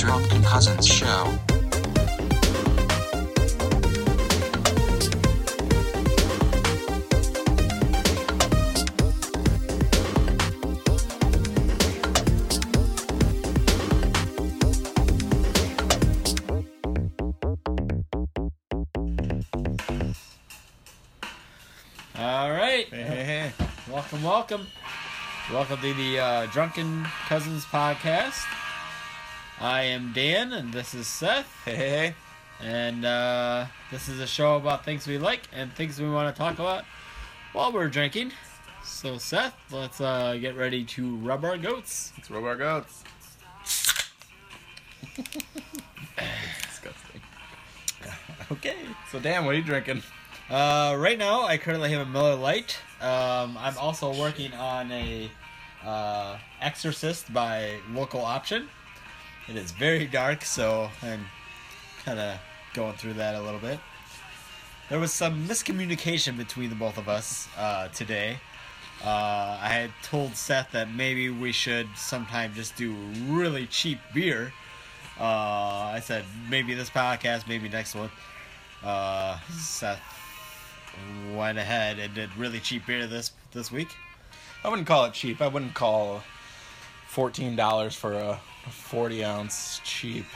Cousins Show. All right. Hey, Welcome, welcome. Welcome to the uh, Drunken Cousins podcast. I am Dan, and this is Seth. hey, hey. And uh, this is a show about things we like and things we want to talk about while we're drinking. So, Seth, let's uh, get ready to rub our goats. Let's rub our goats. Disgusting. Okay. So, Dan, what are you drinking? Uh, right now, I currently have a Miller Lite. Um, I'm also working on a uh, Exorcist by Local Option. It is very dark, so I'm kind of going through that a little bit. There was some miscommunication between the both of us uh, today. Uh, I had told Seth that maybe we should sometime just do really cheap beer. Uh, I said maybe this podcast, maybe next one. Uh, Seth went ahead and did really cheap beer this this week. I wouldn't call it cheap. I wouldn't call fourteen dollars for a forty ounce cheap.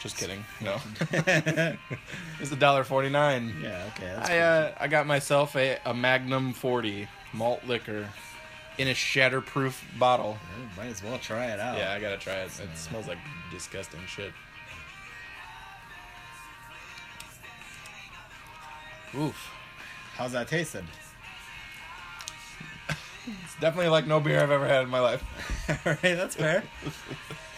Just kidding. No, yeah, it's a dollar forty nine. okay. That's I uh, I got myself a, a Magnum forty malt liquor in a shatterproof bottle. cool. uh, might as well try it out. Yeah, I gotta try it. Mm. It smells like disgusting shit. Oof. How's that tasted? It's definitely like no beer I've ever had in my life. All right, that's fair.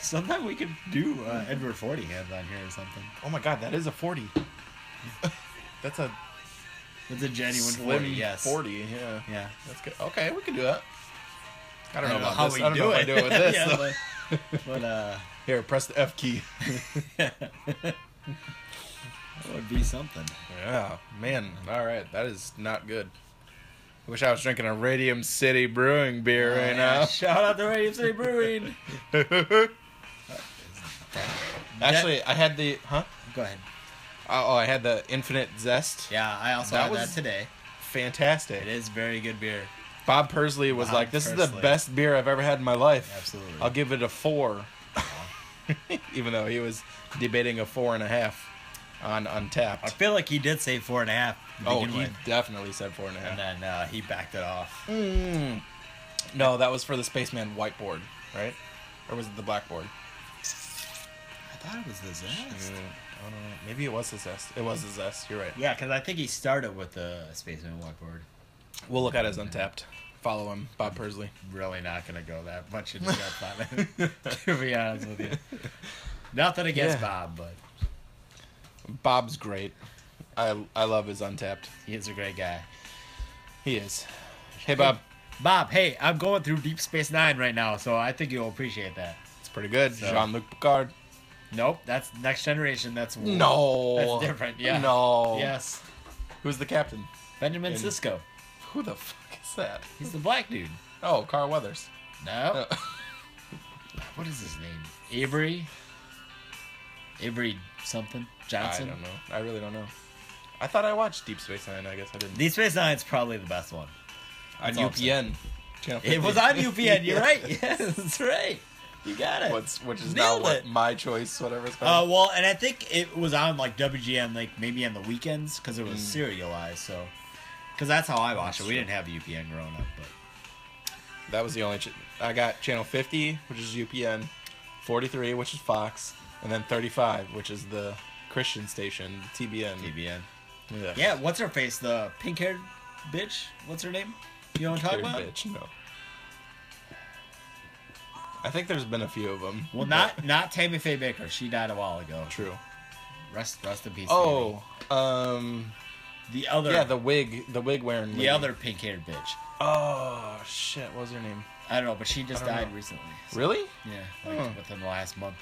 Sometime we could do uh, Edward Forty hands on here or something. Oh my god, that is a 40. That's a It's a genuine slim forty. Yes. 40, yeah. Yeah. That's good. Okay, we can do that. I don't, know, about how this. we I don't do know it. if I do it with this. yeah, though. but, but uh, Here, press the F key. that would be something. yeah, man. All right, that is not good. I wish I was drinking a Radium City Brewing beer right Oh, Yeah, Shout out to Radio City Brewing. now. Actually, I had the huh? Go ahead. Oh, I had the Infinite Zest. Yeah, I also That had was- that today. Fantastic. It is very good beer. Bob Persley was Bob like, "This is the Pursley. best beer I've ever had in my life." Absolutely. I'll give it a four, even though he was debating a four and a half on Untapped. I feel like he did say four and a half. To oh, begin he with, definitely said four and a half. and then uh, he backed it off. Mm. Hmm. No, that was for the spaceman whiteboard, right? Or was it the blackboard? I thought it was the zest. Mm, I don't know. Maybe it was the zest. It was the zest. You're right. Yeah, because I think he started with the spaceman whiteboard. We'll look at his Untapped. Follow him, Bob Persley. Really not gonna go that much into that planet. to be honest with you, nothing against Yeah. Bob, but Bob's great. I I love his Untapped. he is a great guy. He is. Hey Bob, Bob, hey, I'm going through Deep Space Nine right now, so I think you'll appreciate that. it's pretty good. Jean-Luc Picard. Nope, that's Next Generation. That's No. That's different, yeah. No. Yes, Who's the captain? Benjamin And- Sisko. Who the fuck is that? He's the black dude. Oh, Carl Weathers. No. Uh, What is his name? Avery. Avery something I Johnson. don't know. I really don't know. I thought I watched Deep Space Nine. I guess I didn't. Deep Space Nine's probably the best one. on that's all I'm UPN. Channel It was 50. on UPN. You're Yeah. right. Yes, that's right. You got it. What's which is Nailed now what it. my choice, whatever it's Uh, called. well, and I think it was on like WGN, like maybe on the weekends because it was Mm. serialized. So, because that's how I watched it. We true. didn't have UPN growing up, but that was the only. Ch- I got channel fifty, which is UPN, forty three, which is Fox, and then thirty five, which is the Christian station, the TBN. TBN. Yeah. Yeah, what's her face? The pink-haired bitch. What's her name? You know what I'm talking Weird about? bitch. No. I think there's been a few of them. Well, not not Tammy Faye Baker. She died a while ago. true. Rest rest in peace. Tammy. Oh, um, the other yeah, the wig, the wig wearing. The lady. other pink haired bitch. Oh shit, what was her name? I don't know, but she just I don't died know. recently. So, Really? Yeah, like within the last month.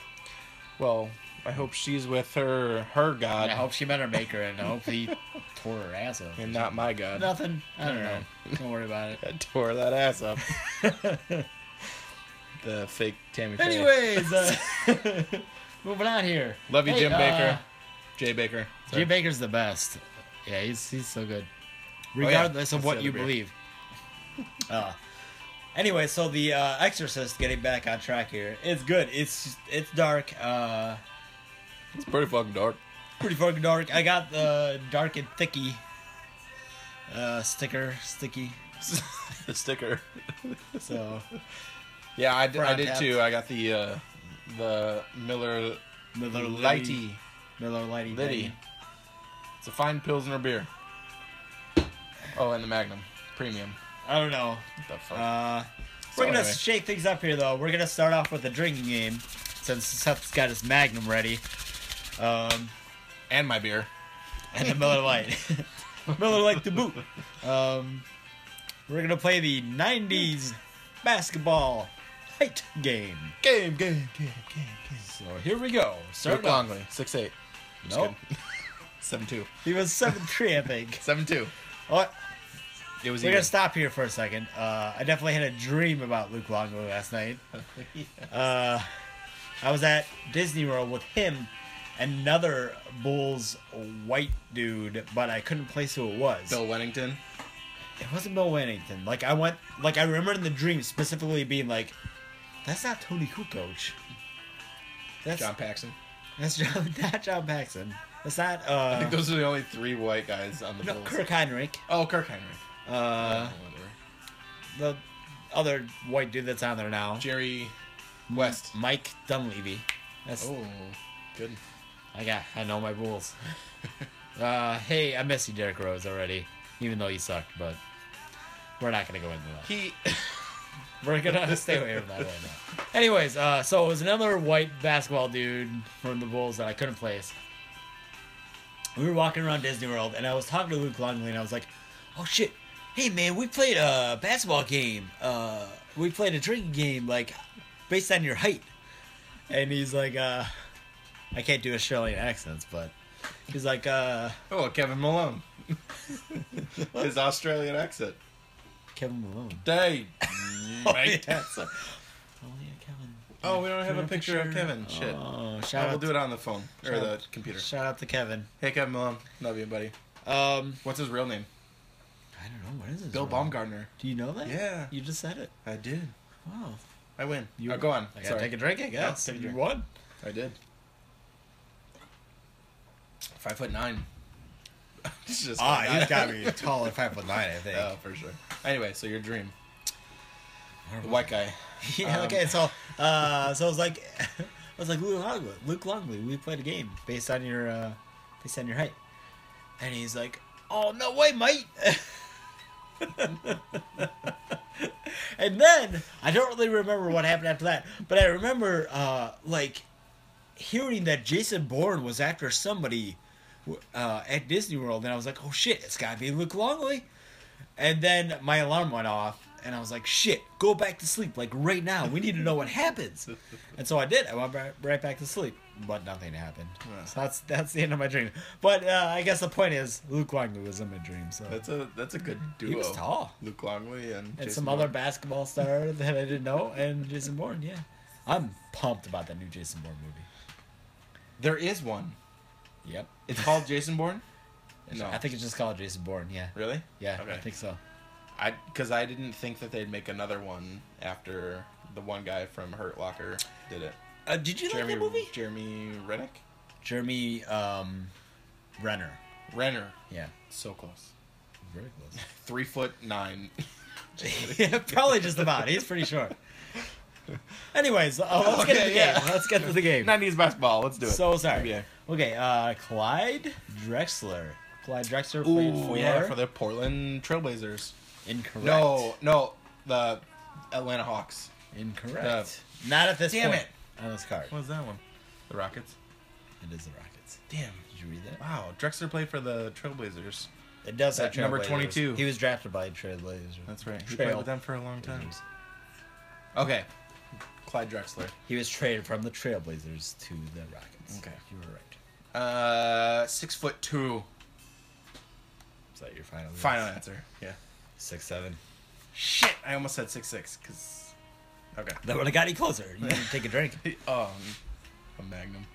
Well, I hope she's with her her god And I hope she met her maker and I hope he tore her ass up. and not my god. Nothing. I don't know. Don't worry about it. I tore that ass up. the fake Tammy. Faye. Anyways, uh, Moving on here. Love you, Hey, Jim uh, Baker. Jay Baker. Sorry. Jim Baker's the best. Yeah, he's he's so good. Oh, yeah. Regardless That's of the what other you beer. believe. Uh, anyway, so the uh, Exorcist, getting back on track here, it's good. It's it's dark. Uh, It's pretty fucking dark. pretty fucking dark. I got the dark and thicky uh, sticker, sticky. the sticker. So Yeah, I did, I Brown did tabs. too. I got the uh, the Miller Miller Lighty Miller Lighty, Liddy. It's a fine pilsner beer. Oh, and the Magnum Premium. I don't know. What the fuck? Uh, we're gonna Oh. anyway. shake things up here, though. We're gonna start off with a drinking game, since Seth's got his Magnum ready, um, and my beer. and the Miller Lite, Miller Lite to boot. Um, we're gonna play the '90s basketball height game. Game, game, game, game, game. So here we go. Luke Start off. Longley, six eight. Nope. Seven two. He was seven three, I think. Seven two. What? It was We're even. gonna stop here for a second. Uh, I definitely had a dream about Luke Longo last night. Uh, I was at Disney World with him, another Bulls white dude, but I couldn't place who it was. Bill Wennington. It wasn't Bill Wennington. Like I went, like I remember in the dream specifically being like, "That's not Tony Kukoc. That's John Paxson. that's John, not John Paxson. That's not I think uh, those are the only three white guys on the no, Bulls. Kirk Heinrich. Oh, Kirk Henry. Oh, Uh, Whatever. the other white dude that's on there now, Jerry West. Mike Dunleavy. That's Oh, good. I got. I know my rules. uh, hey, I miss you, Derek Rose, already. Even though you sucked, but we're not gonna go into that. He. We're gonna stay away from that right now. Anyways, uh, so it was another white basketball dude from the Bulls that I couldn't place. We were walking around Disney World, and I was talking to Luke Longley, and I was like, "Oh shit, hey man, we played a basketball game. Uh, we played a drinking game, like based on your height." And he's like, uh, "I can't do Australian accents, but." He's like, uh, Oh, Kevin Malone. His Australian accent. Kevin Malone. Day. mate. yeah, so- oh, yeah, Kevin. Oh, we don't have Do a you picture of Kevin. Shit. Oh, Oh, shout we'll out do it on the phone or Shout the out. computer. Shout out to Kevin. Hey, Kevin Malone. Love you, buddy. Um, What's his real name? I don't know what is it. Bill Baumgartner. Do you know that? Yeah. You just said it. I did. Wow. I win. You- oh, go on. I gotta Sorry. take a drink. I Yeah, guess. take a drink. won. I did. Five foot nine. It's just Ah, like- he's got me tall at five foot nine. I think. Oh, for sure. Anyway, so your dream. The white guy. yeah. Um, okay. So, uh, so I was like, I was like Luke Longley. Luke Longley. We played a game based on your, uh, based on your height. And he's like, "Oh no way, mate." and then I don't really remember what happened after that, but I remember uh, like hearing that Jason Bourne was after somebody uh, at Disney World, and I was like, "Oh shit, it's gotta be Luke Longley." And then my alarm went off, and I was like, "Shit, go back to sleep, like right now. We need to know what happens." And so I did. I went right, right back to sleep, but nothing happened. Yeah. So that's that's the end of my dream. But uh, I guess the point is, Luke Longley was in my dream. So That's a that's a good duo. he was tall, Luke Longley and, and Jason some Bourne. other basketball star that I didn't know, and Jason Bourne. Yeah, I'm pumped about that new Jason Bourne movie. There is one. Yep. It's called Jason Bourne. No. I think it's just called Jason Bourne. Yeah. Really? Yeah, I Okay. think so. I because I didn't think that they'd make another one after the one guy from Hurt Locker did it. Uh, did you Jeremy like that movie? Jeremy Rennick. Jeremy um, Renner. Renner. Yeah. So close. Very close. Three foot nine. yeah, probably just about. He's pretty short. Anyways, uh, let's get to Okay, the yeah. game. Let's get to the game. Nineties basketball. Let's do it. So sorry. NBA. Okay, uh, Clyde Drexler. Clyde Drexler played Ooh, for, yeah, for the Portland Trailblazers. incorrect. No, no, the Atlanta Hawks. incorrect. Not at this Uh, Damn point. it. On this card, was that one? The Rockets. it is the Rockets. Damn. Did you read that? Wow, Drexler played for the Trailblazers. It does That have number Trailblazers. 22. He was drafted by Trailblazers. That's right. He Trail. played with them for a long time. Okay. Clyde Drexler. He was traded from the Trailblazers to the Rockets. Okay. you were right. Uh, six foot two. Is that your final? guess? Final answer. Yeah. Six seven. Shit, I almost said six six because. Okay. That would have got you closer. You didn't take a drink. Um, from Magnum.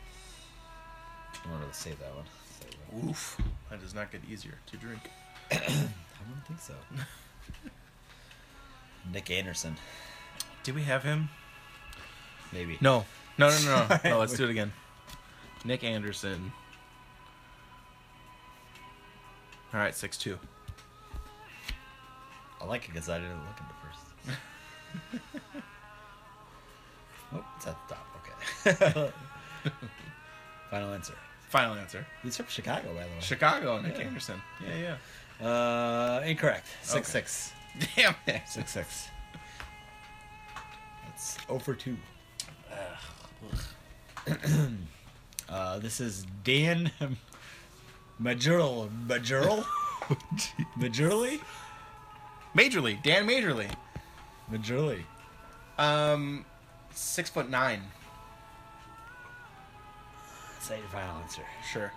I wanted to save that one. Save that. Oof. That does not get easier to drink. I don't think so. Nick Anderson, Do we have him? maybe. No, no, no, no, no. Sorry. no let's do it again. Nick Anderson. All right, 6 2. I like it because I didn't look at it first. oh, it's at the top. Okay. Final answer. Final answer. He's from Chicago, by the way. Chicago. Nick Yeah. Anderson. Oh. Yeah, yeah. Uh, incorrect. Six Okay. six. Damn it. Six six. That's 0 for two. uh, this is Dan Majurl. Majurl? Majurly? Majorly. Dan Majorly. Majurly. Um, six foot nine. Say your final answer. Sure.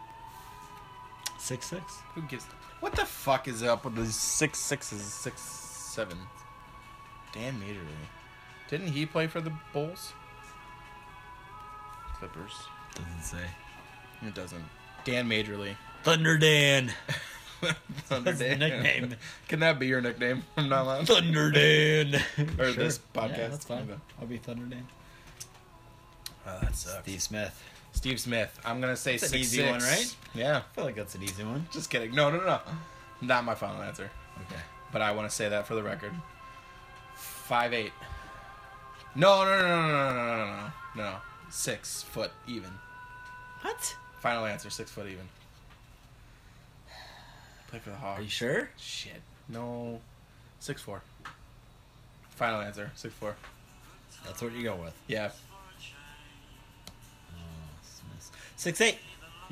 Six six. Who gives? What the fuck is up with these six sixes, six seven? Dan Majorly. Didn't he play for the Bulls? Clippers. Doesn't say. It doesn't. Dan Majorly. Thunder Dan. Thunder That's his Dan. nickname. Can that be your nickname from now on? Thunder Dan. Or this podcast. Yeah, that's fine. Okay. I'll be Thunder Dan. Oh, that sucks. Steve Smith. Steve Smith. I'm gonna say That's six an easy one, right? Yeah. I feel like that's an easy one. Just kidding. No, no, no. Not my final answer, Okay. but I want to say that for the record. Five eight. No, no, no, no, no, no, no, no, no, no. Six foot even. What? Final answer. Six foot even. Play for the Hawks. Are you sure? Shit. No. Six four. Final answer. Six four. That's what you go with. Yeah. Six eight.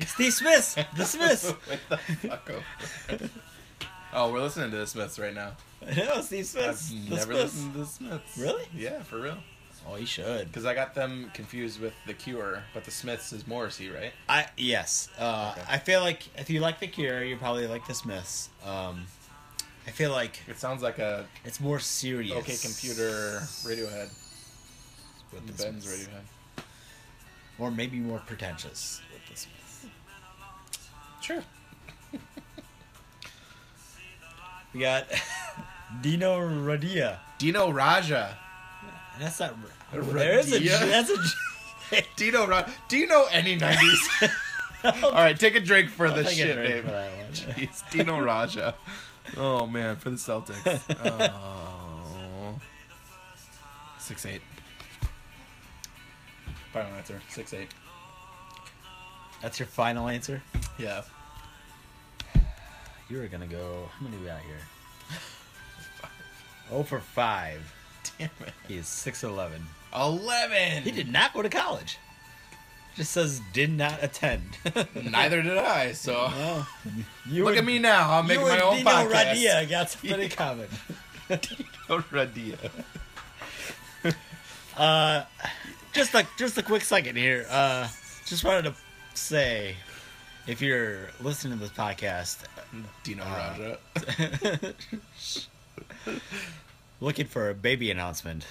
Steve Smith. The Smiths. What the fuck over. oh, we're listening to the Smiths right now. no, Steve I've Smith. The never Smiths. listened to the Smiths. Really? Yeah, for real. Oh, he should. Because I got them confused with The Cure, but The Smiths is Morrissey, right? I yes. Uh, Okay. I feel like if you like the Cure, you probably like the Smiths. Um, I feel like It sounds like a it's more serious. OK Computer Radiohead. with The the Ben's Smiths. Radiohead. or maybe more pretentious with the Smiths. Sure. We got Dino Radia. Dino Raja. And that's not. There is a. G- Radia? That's a. G- Dino Raja. Do you know any 90s? All right, take a drink for I'll this take a shit, drink babe. for that one. Jeez, Dino Raja. Oh, man, for the Celtics. Oh. 6 8. Final answer 6 8. That's your final answer. Yeah. You were gonna go. How many we out here? Oh for five. Damn it. He is six eleven. 11. He did not go to college. Just says did not attend. Neither did I, so. Well, you Look and- at me now. I'm making you my and own Dino podcast. Radia got something in common. Dino Radia. Uh, just like just a quick second here. Uh, just wanted to say, if you're listening to this podcast, Dino Uh, Raja. looking for a baby announcement,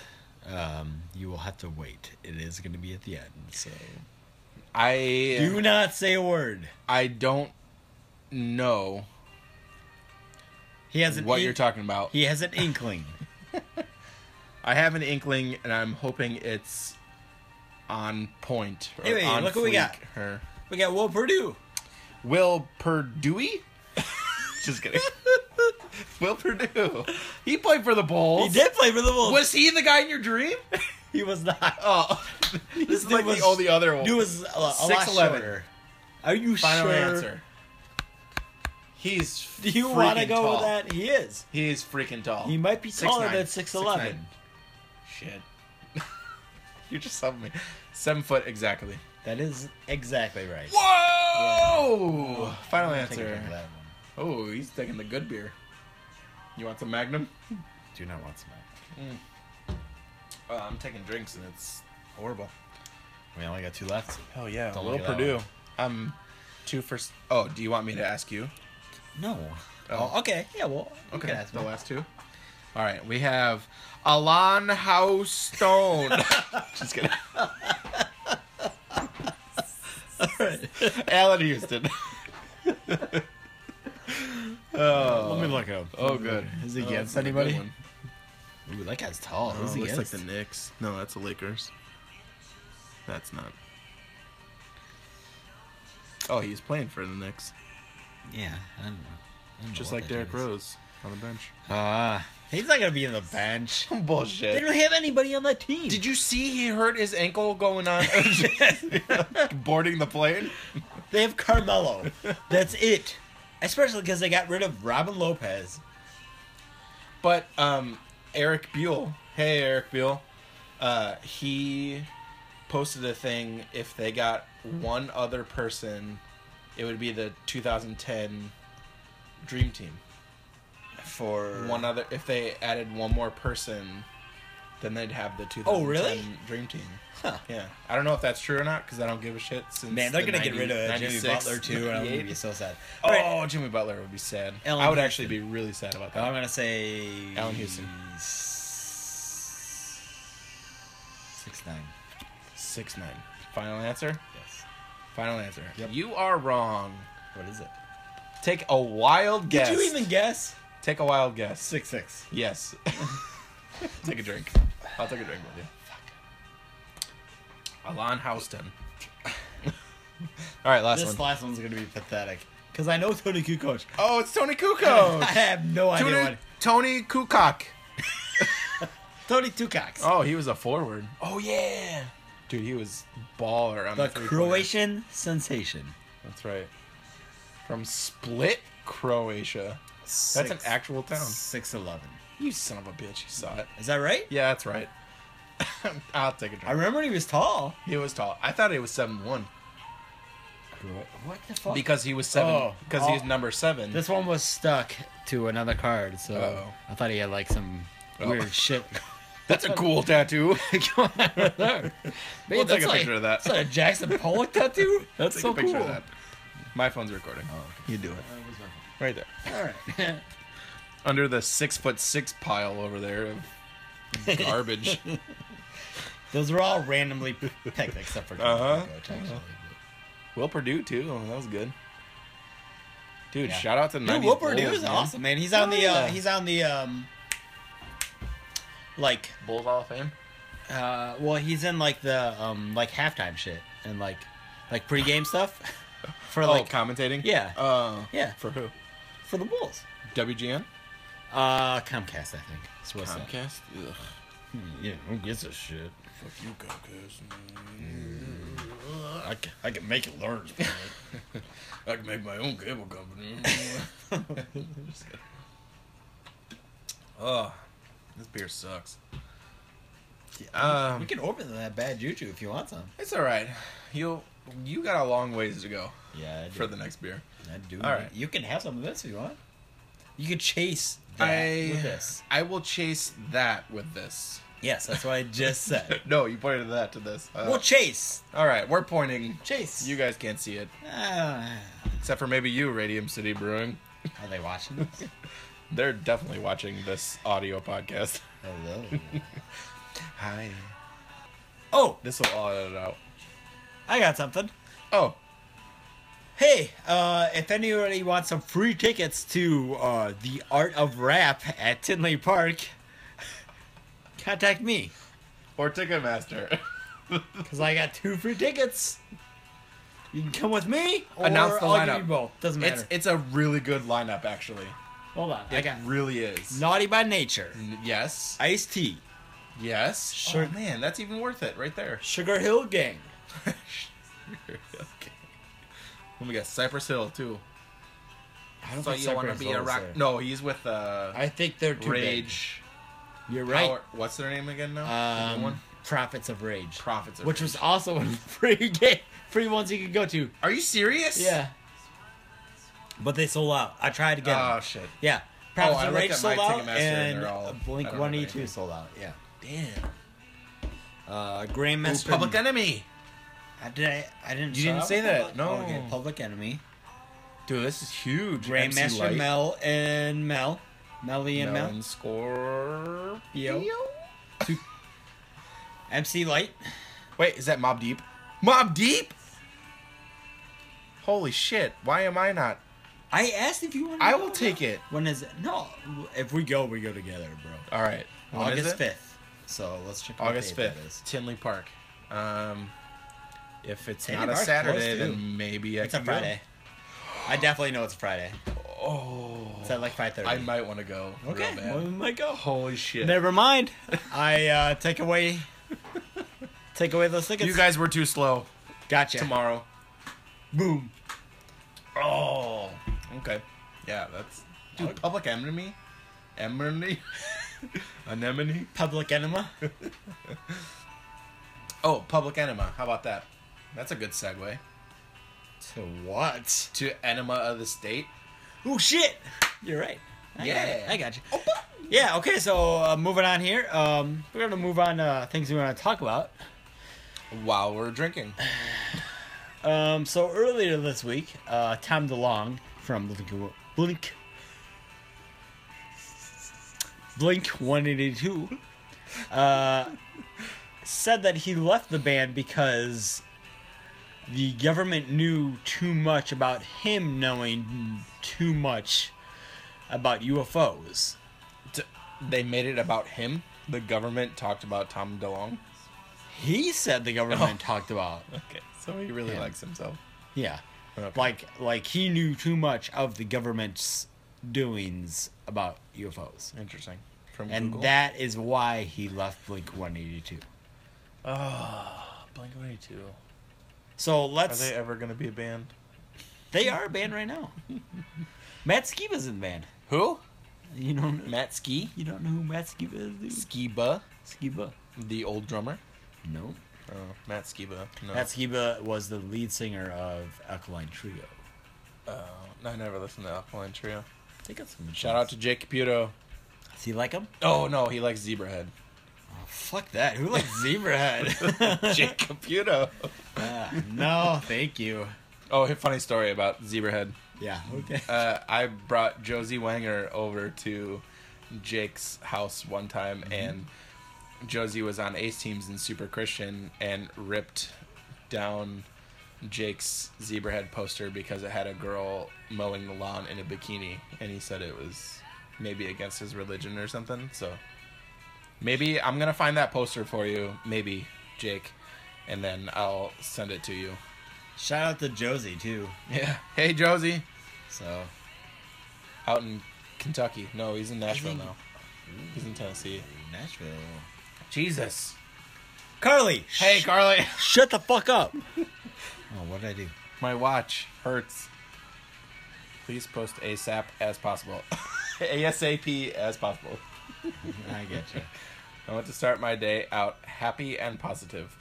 um, you will have to wait. It is going to be at the end, so I do not say a word. I don't know He has an what in- you're talking about. He has an inkling. I have an inkling, and I'm hoping it's on point. Or Anyway, on look what we fleek, got. Or we got Will Purdue. Will Perdue. Just kidding. Will Purdue. He played for the He Bulls. did play for the Bulls. Was he the guy in your dream? he was not. Oh, this is dude like was- the only other one. He was uh, a, a lot 6'11. shorter. Are you Final sure? answer. He's. Do you want to go with that? He is. He's freaking tall. He might be taller than 6'11. Shit. you just helped me. Seven foot exactly. That is exactly right. Whoa! Final Take a answer. drink of that one. Oh, he's taking the good beer. You want some Magnum? Do not want smack. Uh, I'm taking drinks and it's horrible. We only got two left. Hell yeah, Don't Will look at that Purdue. one. I'm two for. s- Oh, do you want me to ask you? No. Oh. Oh, okay. Yeah, well, you can ask the me. last two. All right, we have Alon House Stone. Just kidding. right. Alan Houston. oh, Let me look up. Oh, good. Is he Oh, against that's a good anybody? one. Ooh, that guy's tall. Oh, Who's it he looks like against? the Knicks. No, that's the Lakers. That's not. Oh, he's playing for the Knicks, yeah, I don't know. I don't know Just what like that Derrick dude is. Rose on the bench. Ah, he's not gonna be in the bench. They Bullshit. don't have anybody on that team. Did you see he hurt his ankle going on boarding the plane? They have Carmelo. That's it. Especially because they got rid of Robin Lopez. But um, Eric Buell, hey Eric Buell, uh, he posted a thing. If they got one other person, it would be the 2010 Dream Team. for One other, if they added one more person, then they'd have the 2010 Oh, really? Dream Team. Huh. Yeah, I don't know if that's true or not because I don't give a shit. Since Man, they're the gonna get 90 rid of Jimmy 96, Butler too, and I'm gonna 98. be so sad. Oh, All right, Jimmy Butler would be sad. Allen I would Houston. actually be really sad about that. I'm gonna say Allen Houston. Six nine. Six nine. Final answer. Yes. Final answer. Yep. You are wrong. What is it? Take a wild guess. Did you even guess? take a wild guess? Six six. Yes. take a drink. I'll take a drink with you. Alon Houston. All right, last This one. last one's gonna be pathetic because I know Tony Kukoc. oh, it's Tony I Kukoc. have no idea Tony, what Tony Kukoc. Tony Kukoc. Oh, he was a forward. Oh yeah, dude, he was baller on the, the three-pointer. Croatian sensation. That's right. From Split, Croatia. That's an actual town. Six eleven. You son of a bitch, you saw it. Is that right? Yeah, that's right. I'll take a I drink. remember he was tall. He was tall. I thought he was seven one What the fuck? because he was seven Oh. because he's Oh. number seven. This one was stuck to another card, so Uh-oh. I thought he had like some Oh. weird shit that's a cool tattoo. going on over there. We'll take a picture of that. That's like a Jackson Pollock tattoo. That's Take so a picture cool. Oh. of that. My phone's recording you do it. right there All right. under the six foot six pile over there of garbage. Those were all randomly picked except for Uh-huh. Coach, actually. Will Purdue too. Oh, That was good. Dude, Yeah. shout out to Dude, 90 Will Purdue Bulls, is man. awesome, man. He's on Oh, the uh, yeah. he's on the um like Bulls Hall of Fame. uh well he's in like the um like halftime shit and like like pregame stuff for Oh, like commentating. Yeah. Uh, yeah For who? for the Bulls. WGN. Uh, Comcast, I think. So what's that? Comcast. Ugh. Yeah, who gives a shit? Fuck you, Comcast. I can, I can make it large. I can make my own cable company. Oh, this beer sucks. we Um, can open that bad juju if you want some. Mm. it's all right. You'll you got a long ways to go Yeah, I do. for the next beer. I do. All right. you can have some of this if you want. You could chase that I with this. I will chase that with this. Yes, that's what I just said. no, you pointed that to this. Uh, we'll chase, all right, we're pointing. chase. You guys can't see it Ah, except for maybe you, Radium City Brewing. are they watching this? They're definitely watching this audio podcast. Hello. Hi. Oh, This will all edit out. I got something. Oh, Hey, uh, if anybody wants some free tickets to uh, the Art of Rap at Tinley Park, contact me or Ticketmaster. because I got two free tickets. You can come with me. Or Announce the I'll lineup. Give you both doesn't matter. It's it's a really good lineup actually. Hold on, I It got really is. Naughty by Nature, N- Yes. Ice T, Yes. Sure. Oh man, that's even worth it right there. Sugar Hill Gang, okay. Then we got Cypress Hill too. I don't So think you want to Cypress be a Hill is rock? there. No, he's with uh, I think they're too Rage. Big. You're right. Power- What's their name again now? The Um, one? Prophets of Rage, Prophets. Of which Rage. was also a free game, free ones you could go to. Are you serious? Yeah. But they sold out. I tried again. Oh shit. yeah. Oh, Prophets I of looked Rage at my sold out, Ticketmaster and and they're all- I Blink don't have 182 anything. sold out. Yeah. Damn. Uh, Grandmaster. Ooh, Public Enemy. I did. I, I didn't. sell You didn't out say with that. Public- No. oh, okay. Public Enemy. Dude, this is huge. MC Grandmaster Lyte. Mel and Mel, Melly and Mel. Melon Scorpio. MC Light. Wait, is that Mob Deep? Mob Deep? Holy shit! Why am I not? I asked if you want. I will take it. When is it? No, if we go, we go together, bro. All right. When is August it? fifth. So let's check. what August date that fifth. is. Tinley Park. Um, if it's Tinley not a Park's Saturday, close, too. then maybe I It's a can go. Friday. I definitely know it's a Friday. Oh, It's at like five thirty. I might want to go. Okay, real bad. well, we might go. Holy shit! Never mind. I uh, take away. Take away those tickets. you guys were too slow. gotcha. Tomorrow. Boom. Oh. Okay. Yeah, that's dude. Okay. Public enemy. Enemy. Anemone. Public enema. Oh, public enema. How about that? That's a good segue to what? to enema of the state. Oh shit! You're right. I Got Yeah. it. I got you. Oh, Yeah. Okay. So uh, moving on here. Um, we're gonna move on to uh, things we want to talk about. While we're drinking. Um, so earlier this week, uh, Tom DeLong from Blink Blink Blink One Eighty Two uh, said that he left the band because the government knew too much about him knowing too much about UFOs. D- they made it about him. The government talked about Tom DeLong. He said the government talked about. Okay, so he really Him. likes himself. Yeah. Okay. Like like he knew too much of the government's doings about UFOs. Interesting. From And Google. that is why he left Blink 182. Oh, Blink 182. So Are let's they they, ever going to be a band? are a band right now. Matt Skiba's in the band. Who? You don't know, Matt Ski? you don't know who Matt Skiba is? dude? Skiba, Skiba. the old drummer. No. Oh, Matt Skiba. No. Matt Skiba was the lead singer of Alkaline Trio. Oh, I never listened to Alkaline Trio. They got some Shout out to Jake Caputo. Does he like him? Oh no, he likes Zebrahead. Fuck that. Who likes Zebrahead? Jake Caputo. Ah, no, thank you. Oh, a funny story about Zebrahead. Yeah, okay. Uh, I brought Josie Wanger over to Jake's house one time, and Josie was on Ace Teams in Super Christian and ripped down Jake's Zebrahead poster because it had a girl mowing the lawn in a bikini, and he said it was maybe against his religion or something. So maybe I'm gonna find that poster for you, maybe Jake, and then I'll send it to you. Shout out to Josie, too. Yeah. Hey Josie, So, out in Kentucky. No, he's in Nashville think- now. He's in Tennessee. Nashville. Jesus. Carly! Hey, Carly. Shut the fuck up. oh, what did I do? My watch hurts. Please post ASAP as possible. ASAP as possible. I get you. I want to start my day out happy and positive.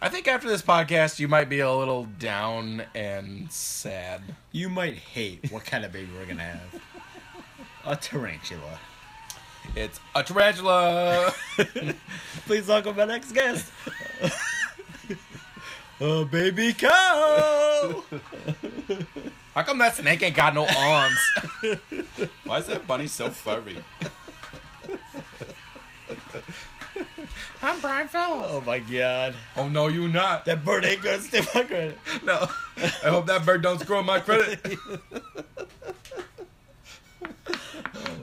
I think after this podcast, you might be a little down and sad. You might hate what kind of baby we're gonna have. A tarantula. It's a tarantula. Please welcome my next guest. A baby cow. How come that snake ain't got no arms? Why is that bunny so furry? I'm Brian Fellows. oh my god, Oh no, you not. that bird ain't gonna stay my credit. No. I hope that bird don't screw up my credit. Oh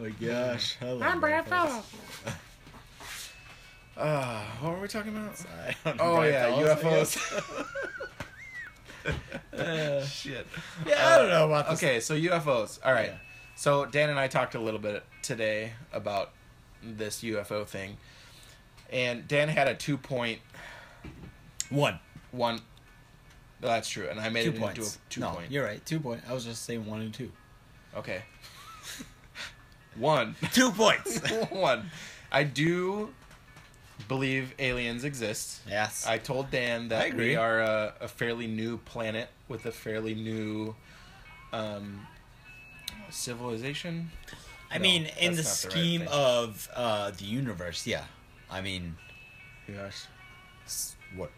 my gosh, hello. Uh, what were we talking about? I don't know Oh Brian yeah, Fellows, UFOs. I guess. Uh, Shit. Uh, yeah, I don't know about this. Okay, so UFOs. All right. Yeah. So Dan and I talked a little bit today about this UFO thing, and Dan had a two point One, one. well, That's true, and I made two it points. into a two no, point. you're right. Two point. I was just saying one and two. Okay. one. Two points. one. I do believe aliens exist. yes. I told Dan I that agree. we are a, a fairly new planet with a fairly new um, civilization. I No, mean, in the that's not the right scheme thing. of uh, the universe, yeah. I mean, Yes. s- what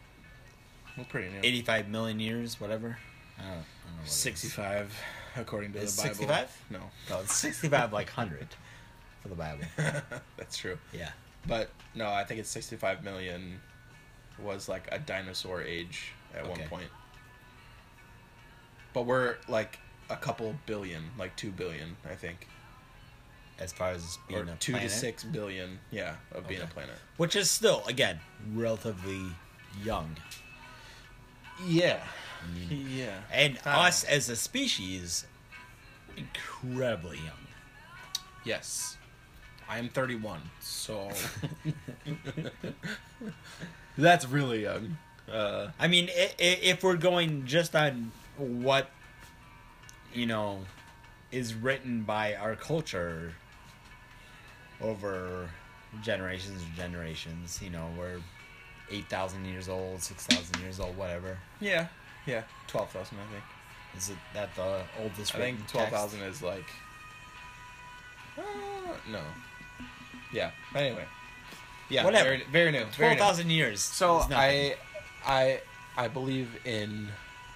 We're pretty new. eighty-five million years, whatever. I don't, I don't know. what it is. 65, according to It's the Bible. 65? No. No, it's sixty-five, like hundred, for the Bible. That's true. Yeah. But no, I think it's 65 million was like a dinosaur age at one Okay. point. but we're like a couple billion, like two billion, I think, as far as being or a two planet, to six billion. Yeah, of being a Okay. planet. which is still again relatively young. Yeah, yeah. And Ah. us as a species, incredibly young. Yes, I am thirty-one, so that's really young. Uh, I mean, i- i- if we're going just on what, you know, is written by our culture over generations and generations, you know, we're 8,000 years old, 6,000 years old, whatever. yeah, yeah. Twelve thousand, I think. Is it that the oldest I written think text? twelve thousand is like. Uh, no. Yeah. Anyway. Yeah. Whatever. Very, very new. very new. 12,000 years. So is nothing. I, I, I believe in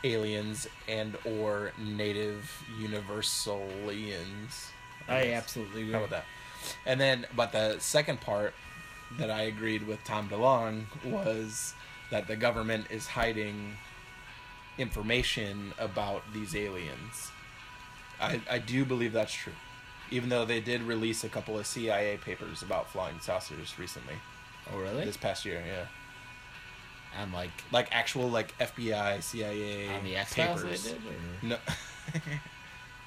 aliens and or native universalians. I Yes. absolutely agree. How about that? And then, but the second part that I agreed with Tom DeLong was that the government is hiding information about these aliens. I, I do believe that's true, even though they did release a couple of CIA papers about flying saucers recently, Oh, really? this past year. Yeah, I'm like, like actual like FBI, CIA on the X-Files papers. they did? or- No.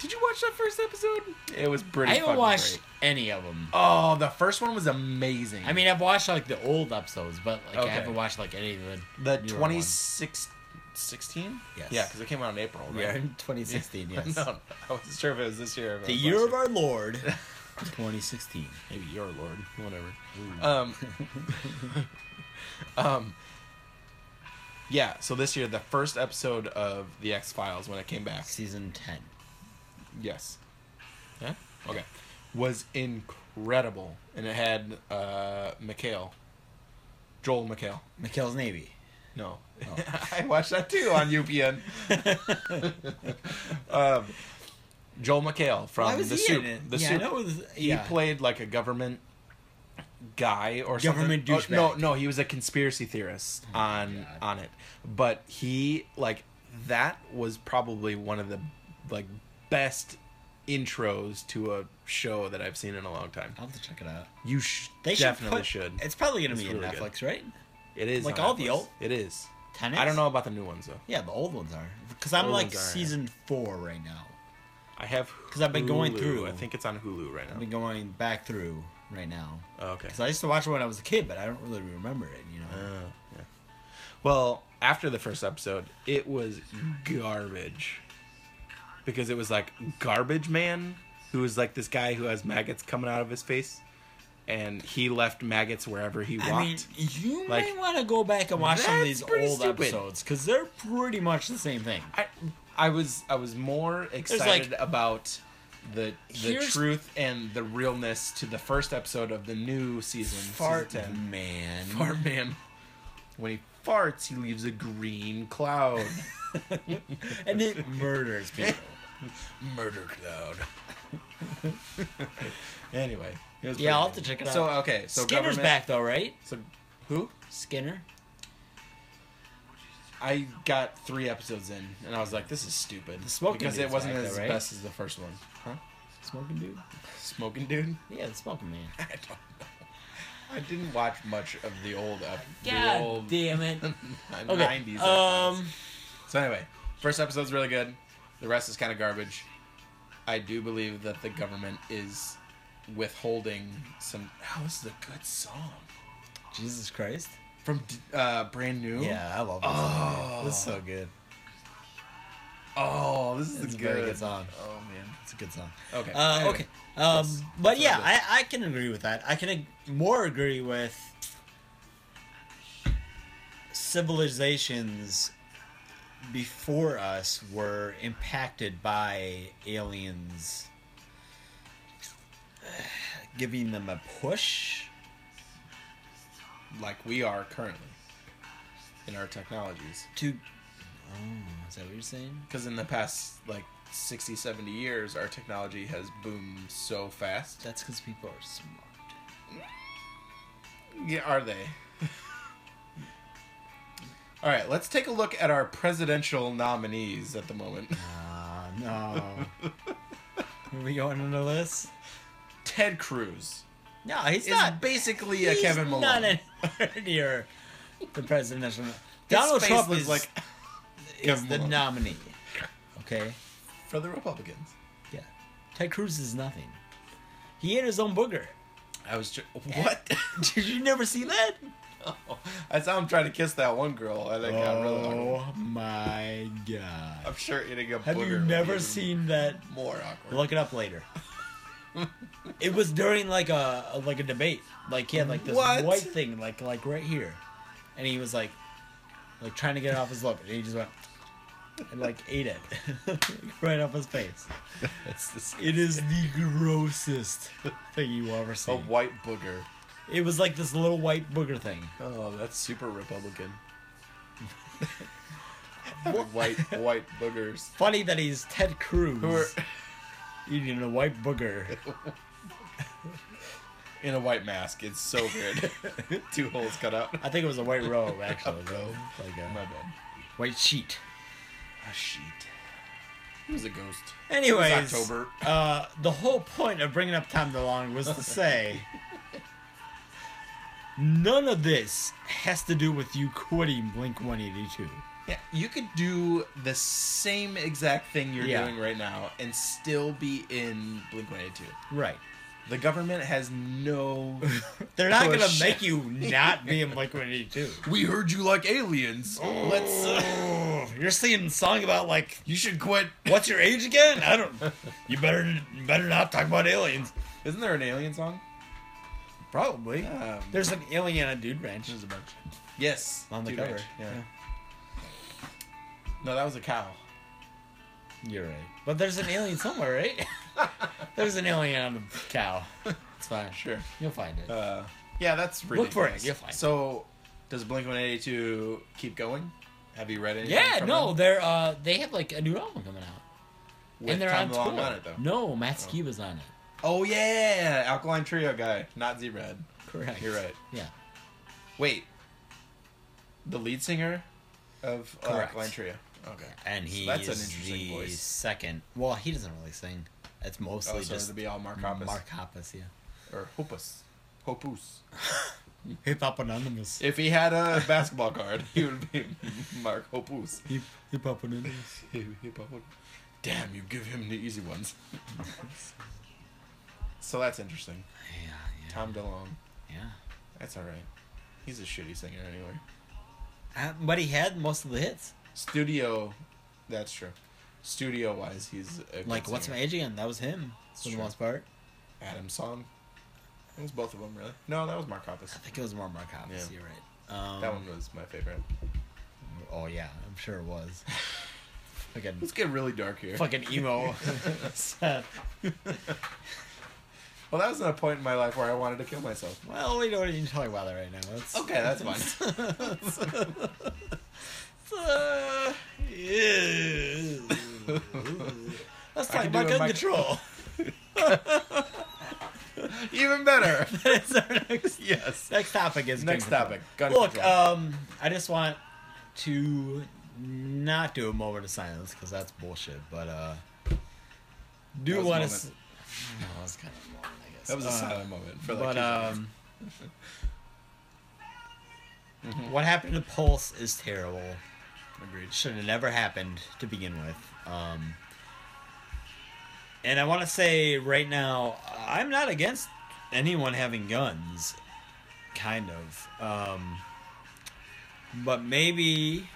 did you watch that first episode? It was pretty. I haven't fucking watched great. any of them. Oh, the first one was amazing. I mean, I've watched like the old episodes, but like Okay. I haven't watched like any of the the newer 2016? Yes. Yeah, because it came out in April, ones. We right? are in 2016. Yes, no, I wasn't sure if it was this year. or if it the was year last of our Lord, 2016. Maybe your lord, whatever. Ooh. Um, um, yeah. So this year, the first episode of the X Files when it came back, Season 10. yes, yeah, okay, was incredible, and it had uh, McHale, Joel McHale. McKell's Navy. No, Oh. I watched that too on UPN. um, Joel McHale from Why was the he Soup. in it? The yeah, Soup. I know it was, He yeah. played like a government guy or Government something. Oh, douchebag. no, no, he was a conspiracy theorist on God. on it. But he like that was probably one of the like best intros to a show that I've seen in a long time. I'll have to check it out. You sh- They definitely should. should. Put, It's probably gonna It's be in really good. Netflix, right? It is like on all the Netflix. old- It is. Tennis. I don't know about the new ones though. Yeah, the old ones are because I'm Old like ones are, yeah. season four right now. I have 'Cause I've been going Hulu. through. I think it's on Hulu right I've now. been going back through right now Oh, okay. because I used to watch it when I was a kid, but I don't really remember it. You know. Uh, yeah. Well, after the first episode, it was garbage because it was like garbage man, who is like this guy who has maggots coming out of his face, and he left maggots wherever he walked. I mean, you Like, might want to go back and watch some of that's these pretty old stupid. episodes because they're pretty much the same thing. I, I was I was more excited about the the Here's- truth and the realness to the first episode of the new season. season Fart 10. man. Fart man. When he farts, he leaves a green cloud. and it murders people. Murder cloud. anyway. it was Yeah, I'll pretty have to good. check it So out. okay, so Skinner's government- back though, right? So who? Skinner. I got three episodes in, and I was like, "This is stupid." The smoking because it dude's wasn't back, though, as right? best as the first one. Huh? Smoking dude. Smoking dude. Yeah, the smoking man. I don't know. I didn't watch much of the old ep- the God old damn it. Okay. 90s. um. So anyway, first episode's really good. The rest is kind of garbage. I do believe that the government is withholding some. Oh, this is a good song Jesus Christ. from uh, Brand New. Yeah, I love this. Oh. song. This is so good. Oh, this is It's a a good. very good song. Oh man. It's a good song. Okay. Uh, anyway. Okay. Um, That's- but that's yeah, what it I, I can agree with that. I can ag- more agree with civilizations before us were impacted by aliens giving them a push. Like we are currently in our technologies, to. Oh, is that what you're saying? because in the past like 60, 70 years, our technology has boomed so fast. That's because people are smart. Yeah, are they? All right, let's take a look at our presidential nominees at the moment. Ah, no. Are we going into this? Ted Cruz No, he's is not. basically he's a Kevin Malone. not anywhere near the presidential. Donald face Trump is is like like is Kevin the Malone. nominee. Okay, for the Republicans. yeah. Ted Cruz is nothing. He ate his own booger. I was ju- what? Did you never see that? I saw him trying to kiss that one girl, and I got really awkward. my god! I'm sure eating a Oh. Have booger you would be never even seen that? more awkward? Look it up later. it was during like a like a debate. Like he had like this What? white thing, like like right here, and he was like, like trying to get it off his lip, and he just went and like ate it right off his face. That's this- It is the grossest thing you ever a see. white booger. It was like this little white booger thing. Oh, that's super Republican. white white boogers. Funny that he's Ted Cruz Who are eating a white booger. in a white mask. It's so weird. Two holes cut out. I think it was a white robe actually, robe. like My a bad. white sheet. A sheet. He was a ghost. Anyways, It was October. Uh, the whole point of bringing up Tom DeLonge was to say none of this has to do with you quitting Blink 182. Yeah, you could do the same exact thing you're Yeah. doing right now and still be in Blink 182. Right. The government has no. They're not going Push. to make you not be in Blink 182. we heard you like aliens. Let's. Uh, Oh, you're singing a song about, like, you should quit. what's your age again? I don't. You better, you better not talk about aliens. Isn't there an alien song? Probably. Um, There's an alien on a dude ranch. There's a bunch. yes. On the Dude cover, Ranch. yeah. No, that was a cow. You're right. But there's an alien somewhere, right? there's an alien on a cow. It's fine. Sure. You'll find it. Uh, yeah, that's Look ridiculous. for it, you'll find it. So, does Blink 182 keep going? Have you read anything? yeah, from no, them? they're uh they have like a new album coming out. With and they're on Tom DeLonge tour. on it, though. No, Matt Skiba's on it. Oh yeah, Alkaline Trio guy, not Z-Red. Correct. You're right. Yeah. Wait, the lead singer of uh, Correct. Alkaline Trio. Okay. And So he that's an is interesting the voice. second well, he doesn't really sing. It's mostly Oh, so just it'd be all Mark Hoppus Mark Hoppus, yeah. or Hopus, Hopus. Hip Hop Anonymous. If he had a basketball card, he would be Mark Hopus. Hip Hop Anonymous. Damn, you give him the easy ones. so that's interesting. Yeah, yeah. Tom DeLonge. yeah. That's all right. He's a shitty singer anyway. Uh, but he had most of the hits. Studio, that's true. Studio wise, he's a good Like what's my singer. age again? That was him for the Sure. most part. Adam song. It was both of them, really. No, that was Mark Hoppus. I think it was more Mark Hoppus. Yeah. You're right. Um, That one was my favorite. Oh yeah, I'm sure it was. Fucking Let's get really dark here. fucking emo. Seth. Well, that was at a point in my life where I wanted to kill myself. well, we don't need to talk about that right now. That's, Okay, that's fine. Uh, yeah. Let's I talk can about do a gun mic- control. Even better. That's our next, yes. next topic is gun Next control. topic. Gun Look, control. um, I just want to not do a moment of silence because that's bullshit. But uh, That do was a want to. moment. S- no, it was kind of a moment, I guess. that was a Uh, silent moment for but like. two um, Mm-hmm. what happened to Pulse is terrible. seconds. agreed. Should have never happened to begin with. Um, and I want to say right now, I'm not against anyone having guns, kind of. Um, but maybe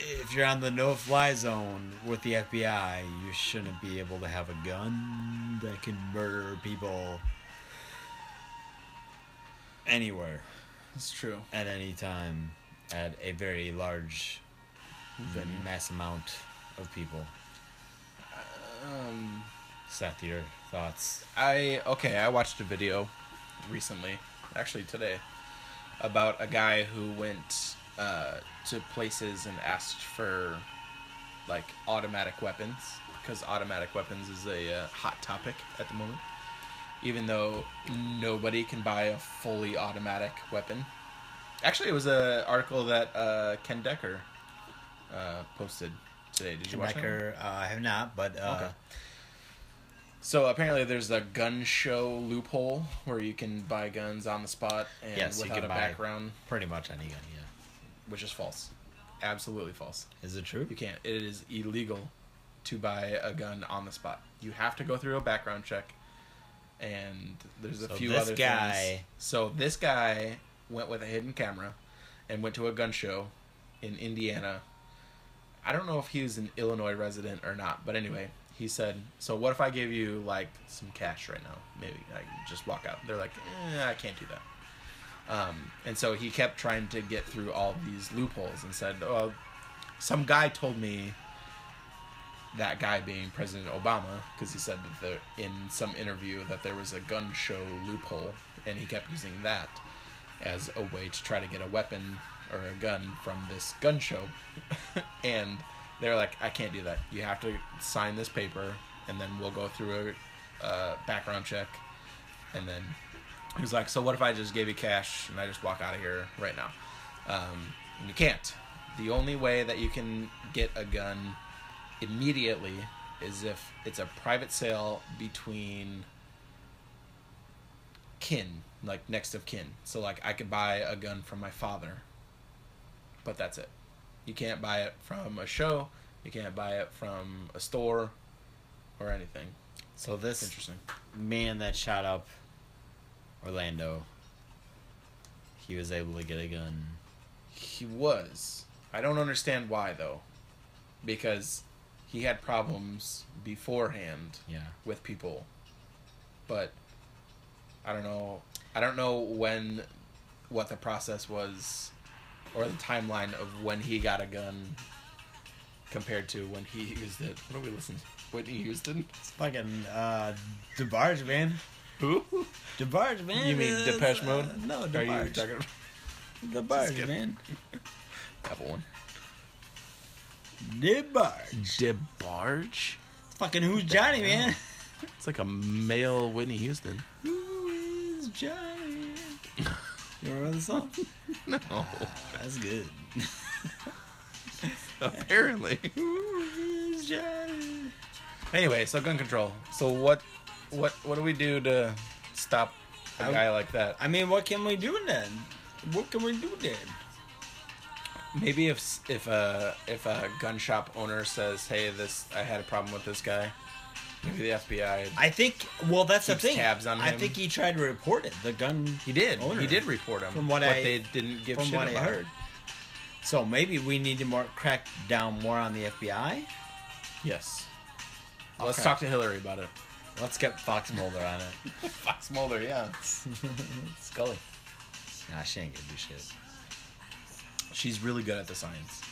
if you're on the no fly zone with the FBI, you shouldn't be able to have a gun that can murder people anywhere That's true. at any time at a very large the mass amount of people Um, seth your thoughts I okay. I watched a video recently, actually today, about a guy who went uh, to places and asked for like automatic weapons because automatic weapons is a uh, hot topic at the moment. Even though nobody can buy a fully automatic weapon, Actually, it was an article that uh, Ken Decker uh, posted today. Did you watch that? one? Decker, uh, I have not, but uh, Okay. So apparently, there's a gun show loophole where you can buy guns on the spot and Yes, you without can a buy- background, pretty much any gun. Yeah, which is false, absolutely false. is it true? You can't. It is illegal to buy a gun on the spot. You have to go through a background check, and there's a So few this other things. guy- So this guy went with a hidden camera, and went to a gun show in Indiana. I don't know if he was an Illinois resident or not, but anyway, he said, "So what if I give you like some cash right now? Maybe I can just walk out." They're like, eh, "I can't do that." Um, and so he kept trying to get through all these loopholes and said, "Oh, some guy told me that guy being President Obama, because he said that there, in some interview that there was a gun show loophole, and he kept using that as a way to try to get a weapon or a gun from this gun show. and they're like, I can't do that. You have to sign this paper, and then we'll go through a uh, background check. And then he was like, So what if I just gave you cash and I just walk out of here right now? Um, and you can't. The only way that you can get a gun immediately is if it's a private sale between kin, like next of kin. So like I could buy a gun from my father, but that's it. You can't buy it from a show. You can't buy it from a store, or anything. So this Interesting. man that shot up Orlando, he was able to get a gun. He was. I don't understand why though, because he had problems beforehand Yeah. with people, but I don't know. I don't know when, what the process was, or the timeline of when he got a gun. Compared to when he used it. What do we listen? Whitney Houston. It's fucking uh, DeBarge, man. Who? DeBarge, man. You mean is, Depeche uh, Mode? no, Are you DeBarge. talking about DeBarge, kidding. man. that one? DeBarge. DeBarge. Fucking who's Johnny, man? It's like a male Whitney Houston. Who is Johnny? You remember the song? No, That's good. apparently. Who is Johnny? Anyway, so gun control. So what, what, what do we do to stop a I- guy like that? I mean, what can we do then? What can we do then? Maybe if s- if a if a gun shop owner says, "Hey, this I had a problem with this guy," maybe the FBI. I think. Well, that's Keeps the thing. tabs on I him. think he tried to report it. The gun. He did. Owner. He did report him. From what but I- they didn't give from shit what I about. heard. So maybe we need to more crack down more on the FBI. Yes. Let's Okay. talk to Hillary about it. Let's get Fox Mulder on it. Fox Mulder, yeah. Scully. Nah, she ain't gonna do shit. She's really good at the science.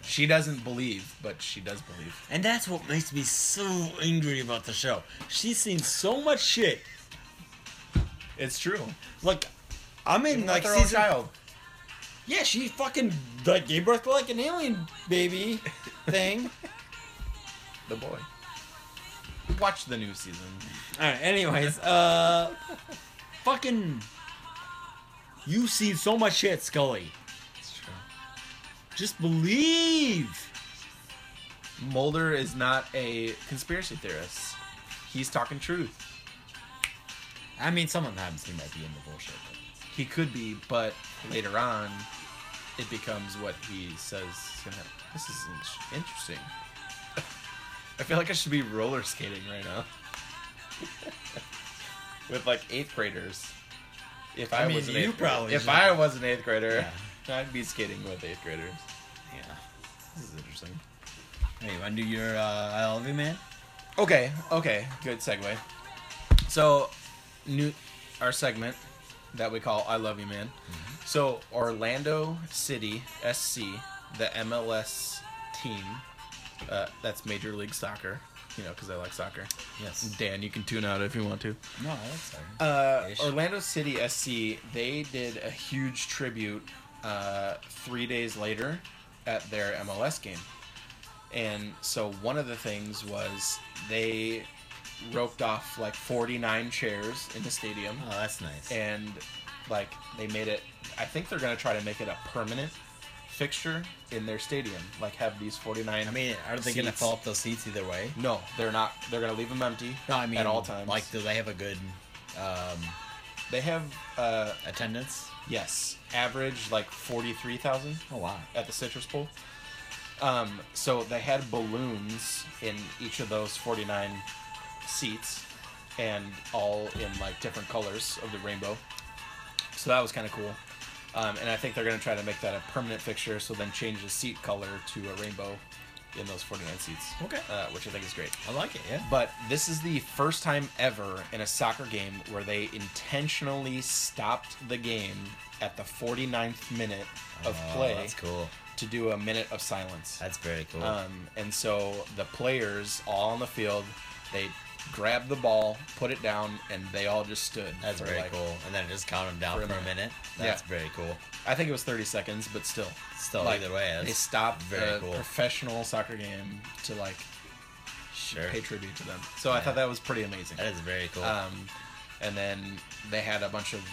She doesn't believe, but she does believe. And that's what makes me so angry about the show. She's seen so much shit. It's true. Like, I'm in Like like their own season. child. Yeah, she fucking like gave birth to like an alien baby thing. The boy. Watch the new season. All right. Anyways, uh, fucking, you see so much shit, Scully. It's true. Just believe. Mulder is not a conspiracy theorist. He's talking truth. I mean, sometimes he might be in the bullshit. He could be, but later on, it becomes what he says. is gonna- This is in- interesting. I feel like I should be roller skating right now with like eighth graders. If I, I mean, was an you eighth grader- probably if should. I was an eighth grader, I'd be skating with eighth graders. but- Yeah. This is interesting. Hey, you want to do your uh, I love you, man? Okay, okay, good segue. So, new our segment that we call "I Love You, Man." So, Orlando City SC, the MLS team, uh, that's Major League Soccer. You know, because I like soccer. Yes. Dan, you can tune out if you want to. No, that's sorry. Uh, Ish. Orlando City SC, they did a huge tribute uh, three days later at their MLS game. And so one of the things was they roped off like 49 chairs in the stadium Uh. Oh, that's nice. and like they made it. I think they're gonna try to make it a permanent fixture in their stadium. Like have these forty nine. I mean, are they going to Seats. fill up those seats either way? no, they're not. They're gonna leave them empty. No, I mean at all times. Like, do they have a good um, they have uh attendance? yes average like forty three thousand. Oh wow. at the Citrus Bowl. Um, so they had balloons in each of those 49 seats and all in like different colors of the rainbow. So that was kind of cool. Um, and I think they're going to try to make that a permanent fixture, so then change the seat color to a rainbow in those 49 seats. Okay. Uh, which I think is great. I like it. Yeah. But this is the first time ever in a soccer game where they intentionally stopped the game at the 49th minute of Oh, play That's cool. to do a minute of silence. That's very cool. Um, and so the players all on the field, they grabbed the ball, put it down, and they all just stood. that's for, very like- cool. And then just count them down for for a a minute. That's very cool. I think it was 30 seconds, but still. Still, either way, they that's stopped very a cool. professional soccer game to like Sure. pay tribute to them. So I Yeah. thought that was pretty amazing. That is very cool. Um, and then they had a bunch of,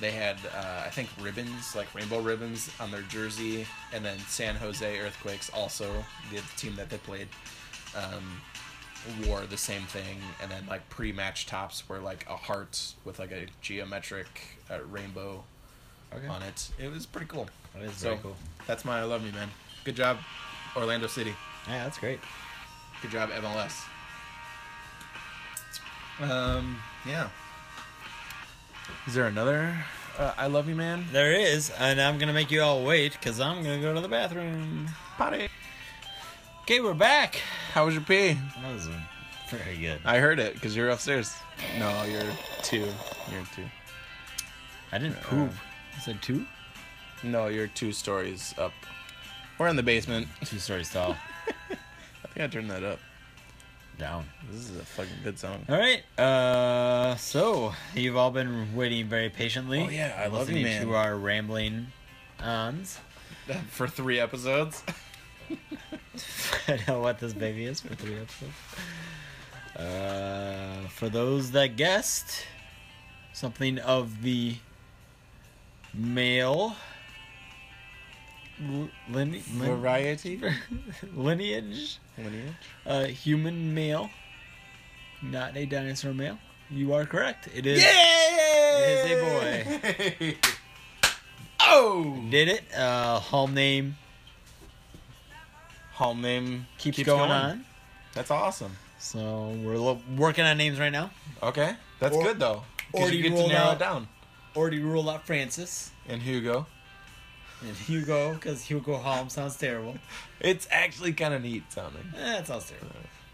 they had uh, I think ribbons like rainbow ribbons on their jersey, and then San Jose Earthquakes also the team that they played, um, wore the same thing, and then like pre-match tops were like a heart with like a geometric uh, rainbow okay. on it. It was pretty cool. That is So very cool. that's my I love me man. Good job, Orlando City. Yeah, that's great. Good job MLS. Um, yeah. Is there another uh, I Love You Man? There is, and I'm gonna make you all wait because I'm gonna go to the bathroom. Potty. Okay, we're back. How was your pee? That was very good. I heard it because you're upstairs. No, you're two. You're two. I didn't poop. I said two. No, you're two stories up. We're in the basement. Two stories tall. I think I turned that up. Down. This is a fucking good song. All right. Uh, so you've all been waiting very patiently. Oh, yeah, I love you, listening man. to our rambling ons. For three episodes. I know what this baby is for three episodes. Uh, for those that guessed, something of the male l- line- Mm-hmm. lin- Variety. lineage, Lineage. uh, human male, not a dinosaur male. You are correct. It is. It is a boy. oh! Did it. Uh, home name Home name keeps, going, on. That's awesome. So we're lo- working on names right now. Okay, that's Or- good though. or 'cause you you get to roll narrow it out- down. Already ruled out Francis And Hugo, and Hugo because Hugo Holm sounds terrible. it's actually kind of neat sounding. Eh, that sounds terrible.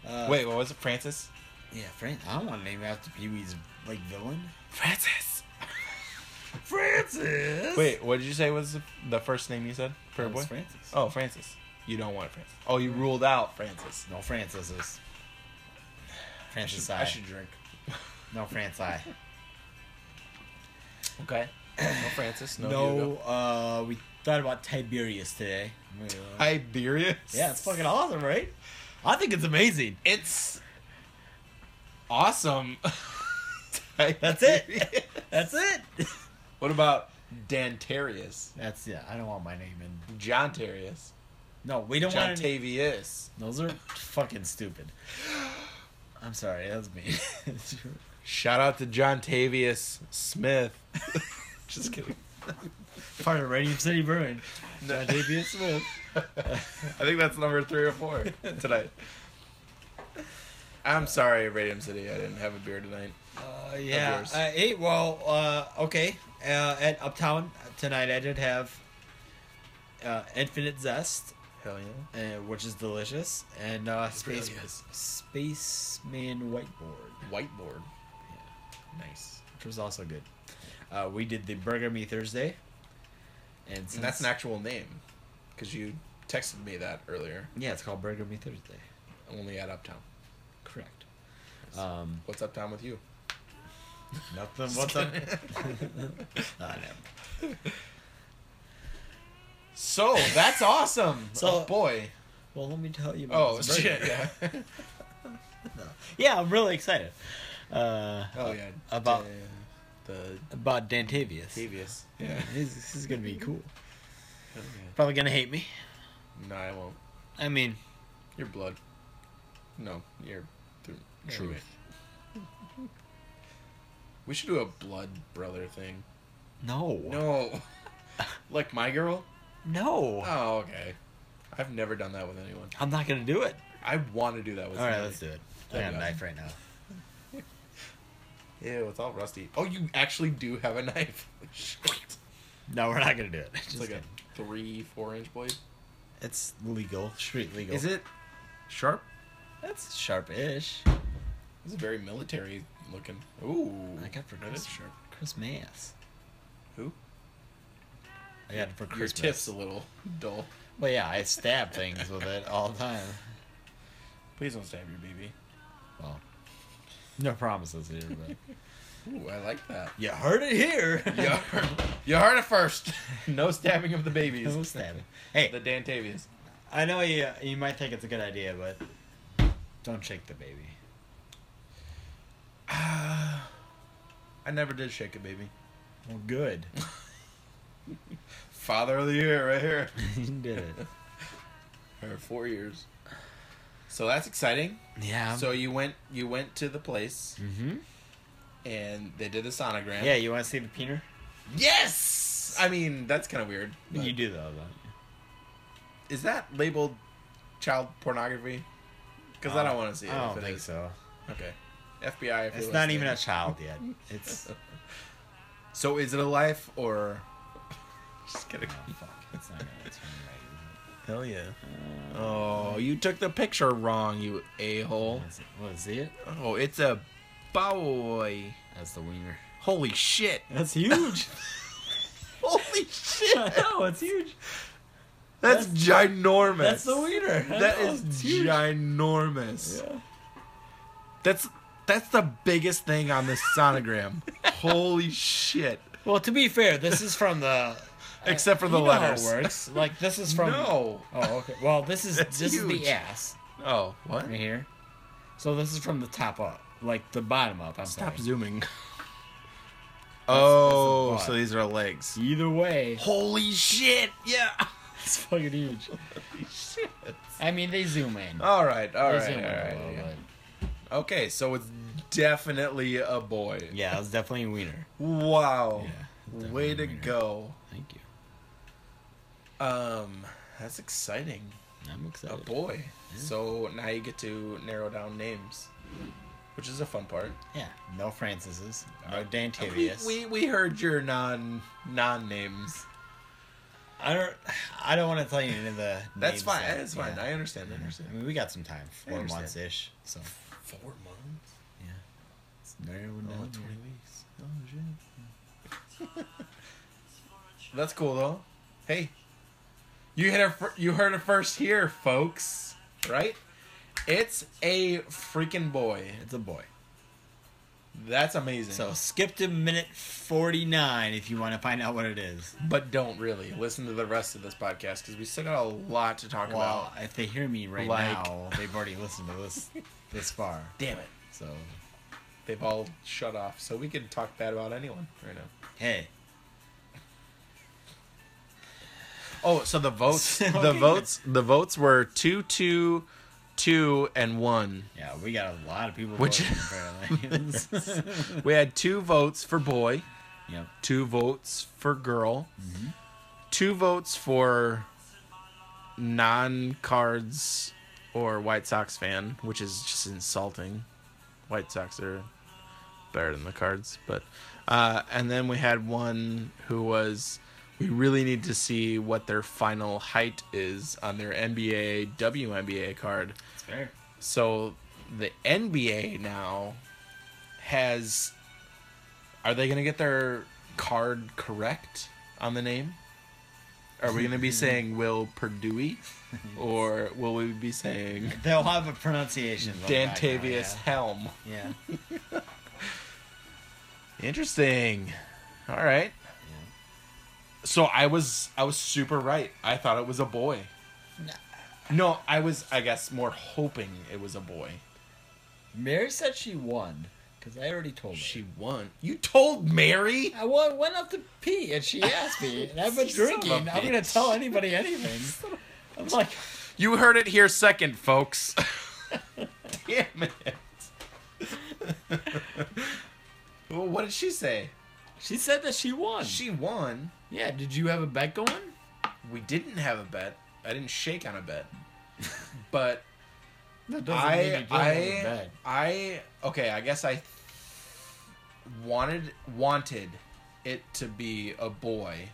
Uh, Wait, what was it? Francis. Yeah, Francis. I want to name after Pee Wee's like villain. Francis. Francis. Wait, what did you say was the first name you said? That Prayer was boy. Francis. Oh, Francis. You don't want Francis. Oh, you ruled out Francis. No, Francis is. I Francis should, I. I should drink. No, Francis I. Okay. No Francis. No. No, Hugo. uh, we thought about Tiberius today. uh, Tiberius. yeah, it's fucking awesome, right? I think it's amazing. It's awesome. That's it. That's it. what about Dantarius? That's yeah. I don't want my name in. John Tarius. No, we don't John want. Any... Tavius. Those are fucking stupid. I'm sorry, that's me. Shout out to John Tavius Smith. Just kidding. Part of Radium City Brewing. No. Octavia Smith. I think that's number three or four tonight. I'm sorry, Radium City. I didn't have a beer tonight. Uh, yeah. yours. Uh, hey, well, uh, okay. Uh, at Uptown tonight, I did have uh, Infinite Zest, Hell yeah. uh, which is delicious, and uh, Space really is. Spaceman Whiteboard, Whiteboard. Nice. which was also good. Uh, we did the Burger Me Thursday, and, since, And that's an actual name, because you texted me that earlier. yeah, it's called Burger Me Thursday. Only at Uptown. Correct. Um, What's Uptown with you? nothing. Just What's up? kidding. Nah, Ah, never. so that's awesome. So- oh, boy. Well, let me tell you. About Oh this burger. shit. Yeah. Yeah, I'm really excited. Uh, Oh yeah. About- Damn. the About Dantavius. Davius. Yeah, this, this is gonna be cool. Hell yeah. Probably gonna hate me. No, I won't. I mean, Your blood. No, your th- Truth. anyway. We should do a blood brother thing. no, No. like my girl? no. Oh, okay. I've never done that with anyone. I'm not gonna do it. I want to do that with All right, somebody. let's do it. I There got a you go. knife right now. Ew, it's all rusty. Oh, you actually do have a knife. Shit. No, we're not gonna do it. It's Just like a kidding. three, four inch blade. It's legal, street legal. Is it sharp? That's sharp-ish. It's very military looking. Ooh. I got for that is Christmas. sharp. Christmas. Who? I got it for Your Christmas. tip's a little dull. Well, yeah, I stab things with it all the time. Please don't stab your baby. Well, no promises here, but Ooh, I like that. you heard it here. You heard, you heard it first. no stabbing of the babies. No stabbing. Hey, The Dantavians. I know you you might think it's a good idea, but don't shake the baby. I never did shake a baby. Well, good. Father of the year, right here. you did it. Or four years. So that's exciting. Yeah. so you went, you went to the place, Mm-hmm. and they did the sonogram. Yeah, you want to see the peener? Yes. I mean, that's kind of weird. but- You do though, though. Is that labeled child pornography? Because Oh, I don't want to see it. I if don't it think is. so. Okay. FBI. If It's you're not even a listening. child yet. It's So is it a life or? Just oh, kidding. fuck. It's not gonna turn right. Hell yeah. Oh, you took the picture wrong, you a hole. Is it? What is it? Oh, it's a boy. That's the wiener. Holy shit. That's huge. Holy shit. know it's huge. That's, ginormous. wiener. That is ginormous. That's that's the biggest thing on this sonogram. Holy shit. Well, to be fair, this is from the. Except for the Uh, you know letters. How it works. Like this is from. No. Oh, okay. Well, this is That's this is huge. the ass Oh, what? right here. So this is from the top up, like the bottom up. I'm Stop sorry. zooming. oh, that's a so lot. these are legs. Either way, Holy shit! Yeah. it's fucking huge. shit. I mean, they zoom in. All right. All They right. zoom All in a right. little, yeah. but- Okay, so it's definitely a boy. Yeah, it was definitely a wiener. Wow. Yeah, definitely Way to wiener. go. Thank you. Um, that's exciting. I'm A excited. boy. So now you get to narrow down names, which is a fun part. Yeah. No Francis's. No We, Dantavius. we we heard your non non names. I don't. I don't want to tell you any of the. That's names fine. that- That's fine. yeah. I understand. I I understand. mean, we got some time. Four understand. months ish. So. Four months. Yeah. It's very Oh, down 20 here. weeks. Oh, shit. That's cool, though. Hey, you, hit a fir- you heard it first here, folks. Right? It's a freaking boy. It's a boy. That's amazing. So skip to minute 49 if you want to find out what it is. but don't really. Listen to the rest of this podcast because we still got a lot to talk Well, about. if they hear me right Like- now, they've already listened to this this far. Damn it. So, They've all shut off, so we could talk bad about anyone right now. hey. Oh, so the votes, the Okay. votes, the votes were two, two, two, and one. Yeah, we got a lot of people Which- voting, apparently. We had two votes for boy, yep. two votes for girl, two votes for non cards or White Sox fan, which is just insulting. White Sox are better than the cards, but uh, and then we had one who was we really need to see what their final height is on their NBA WNBA card. It's fair. So the NBA now has. Are they going to get their card correct on the name? Are we going to be saying Will Perdue? Or will we be saying They'll have a pronunciation. on the back now, Dantavius Helm? Yeah. yeah. Interesting. All right. So I was I was super right. I thought it was a boy. Nah. No, I was I guess more hoping it was a boy. Mary said she won, because I already told her. She won. You told Mary? I wa- went out to pee and she asked me, and I've been You son of a drinking. I'm gonna bitch. tell anybody anything. I'm like, You heard it here second, folks. Damn it. well, what did she say? she said that she won. She won. yeah, did you have a bet going? We didn't have a bet. I didn't shake on a bet. But That I didn't have a I bet. I okay, I guess I wanted wanted it to be a boy,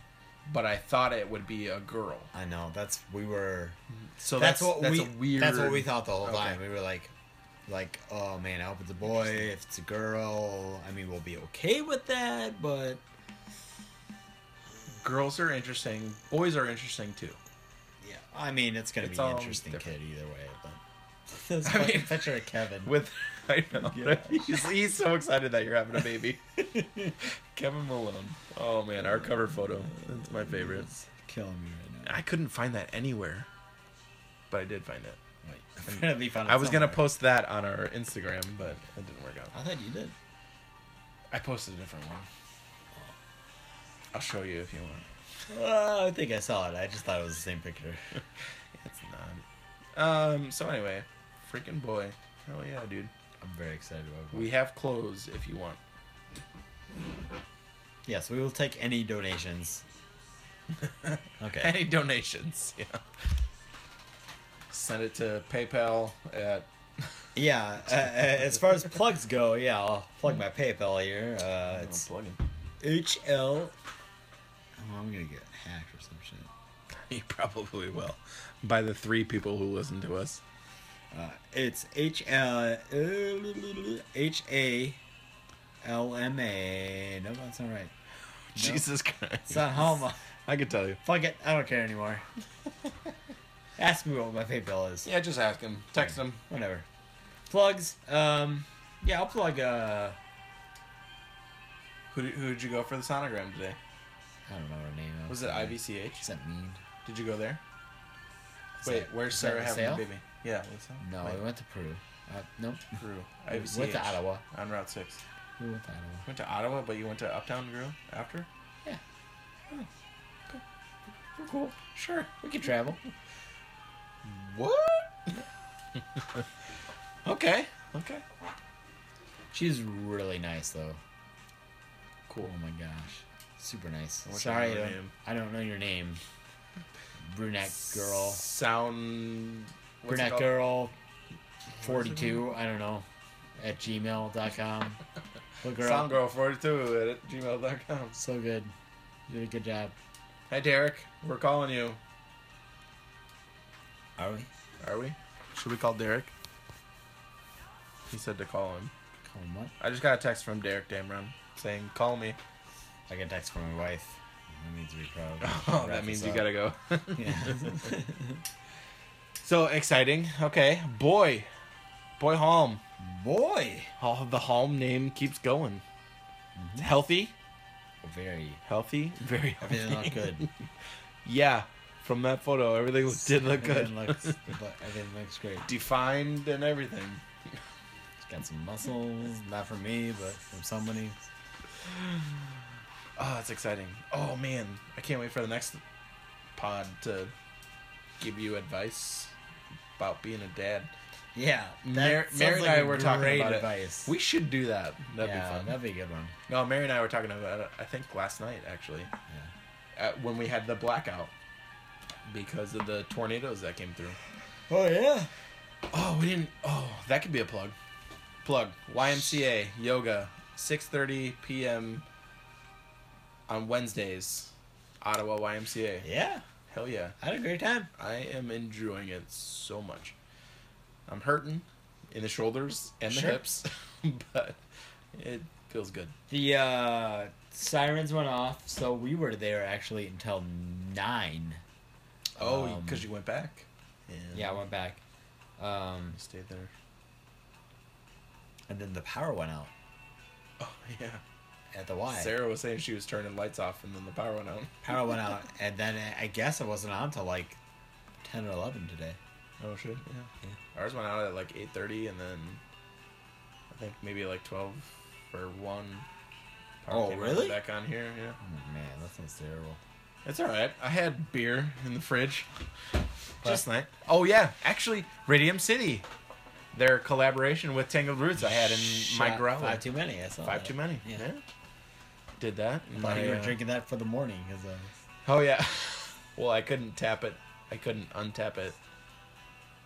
but I thought it would be a girl. I know that's we were. So that's, that's what that's we. a weird That's what we thought the whole Okay. time. We were like, like, oh man, I hope it's a boy. If it's a girl, I mean, we'll be okay with that. But Girls are interesting. Boys are interesting too. yeah, I mean, it's gonna It's be all an interesting different. kid either way. But this I fucking mean- picture of Kevin. With I know Yeah. he's, he's so excited that you're having a baby. Kevin Malone. Oh man, our cover photo. That's my favorite. It's killing me right now. I couldn't find that anywhere, but I did find it. Wait, I'm gonna be found. I was gonna somewhere. post that on our Instagram, but it didn't work out. I thought you did. I posted a different one. I'll show you if you want. Uh, I think I saw it. I just thought it was the same picture. It's not. Um. So anyway, freaking boy. Hell yeah, dude. I'm very excited about it. We have clothes if you want. Yes, we will take any donations. Okay. Any donations? Yeah. Send it to PayPal at. Yeah. Uh, uh, as far as plugs go, yeah, I'll plug my PayPal here. Uh, it's plugging. HL. Oh, I'm gonna get hacked or some shit. You probably will. By the three people who listen to us. Uh, it's H L H A L M A. No, that's not right. Jesus Christ. It's not homo. I could tell you. Fuck it. I don't care anymore. Ask me what my PayPal is. Yeah, just ask him. Text him. Whatever. Plugs. Um. Yeah, I'll plug. Uh. Who who did you go for the sonogram today? I don't know her name. Was it IVCH? What's that mean? Did you go there? Is Wait, that- where's is that Sarah the having sale? the baby? Yeah, what's that? No, we Wait, went to Peru. Uh, nope. Peru. We IVCH. went to Ottawa. On Route Six. We went to Ottawa. Went to Ottawa, but you went to Uptown Grill after. Yeah. We're Oh, cool. Sure. We could travel. What? okay. Okay. She's really nice, though. Cool. Oh my gosh. Super nice. I wish I Sorry, I knew her don't, name. I don't know your name. Brunette girl. Sound. what's it Brunette called? girl. 42, I don't know. At gmail.com. Look her up. Soundgirl42 at gmail.com. So good. You did a good job. Hi, Derek. We're calling you. Are we? Are we? Should we call Derek? He said to call him. Calling what? I just got a text from Derek Damron saying, call me. I got a text from my wife. That means we probably. Oh, wrap that means this you up. gotta go. Yeah. so exciting. Okay. Boy. Boy Holm. Boy! Oh, the Holm name keeps going. Mm-hmm. Healthy. Very. Healthy. Very healthy. Everything looked good. Yeah. From that photo, everything did look good. Everything looks, everything looks great. Defined and everything. Got some muscles, not from me, but from somebody. Oh, that's exciting. Oh, man. I can't wait for the next pod to give you advice about being a dad. Yeah, Mar- sounds Mary and like I a were talking great about advice. it. We should do that. That'd yeah, be fun. that'd be a good one. No, Mary and I were talking about it. I think last night actually, Yeah. at, when we had the blackout because of the tornadoes that came through. Oh yeah. Oh, we didn't. Oh, that could be a plug. Plug YMCA yoga, 6:30 p.m. on Wednesdays, Ottawa YMCA. Yeah, Hell yeah, I had a great time. I am enjoying it so much. I'm hurting in the shoulders and the Sure. hips, but it feels good. The uh, sirens went off, so we were there actually until nine. Oh, Um, because you went back. And Yeah, I went back, um, Stayed there. and then the power went out Oh yeah. at the Y. Sarah was saying she was turning lights off and then the power went out. Power went out, and then I guess it wasn't on till like ten or eleven today. Oh shit. Yeah. Ours went out at like eight thirty and then I think maybe like twelve or one. Oh, came really? Back on here, yeah. Oh, man, that sounds terrible. It's all right. I had beer in the fridge Just- last night. Oh yeah, actually, Radium City, their collaboration with Tangled Roots, I had in my Shot growler. Five too many. I saw Five that. too many. Yeah. Yeah. Did that. I thought you My, were uh, drinking that for the morning. 'cause, uh, Oh yeah. well, I couldn't tap it. I couldn't untap it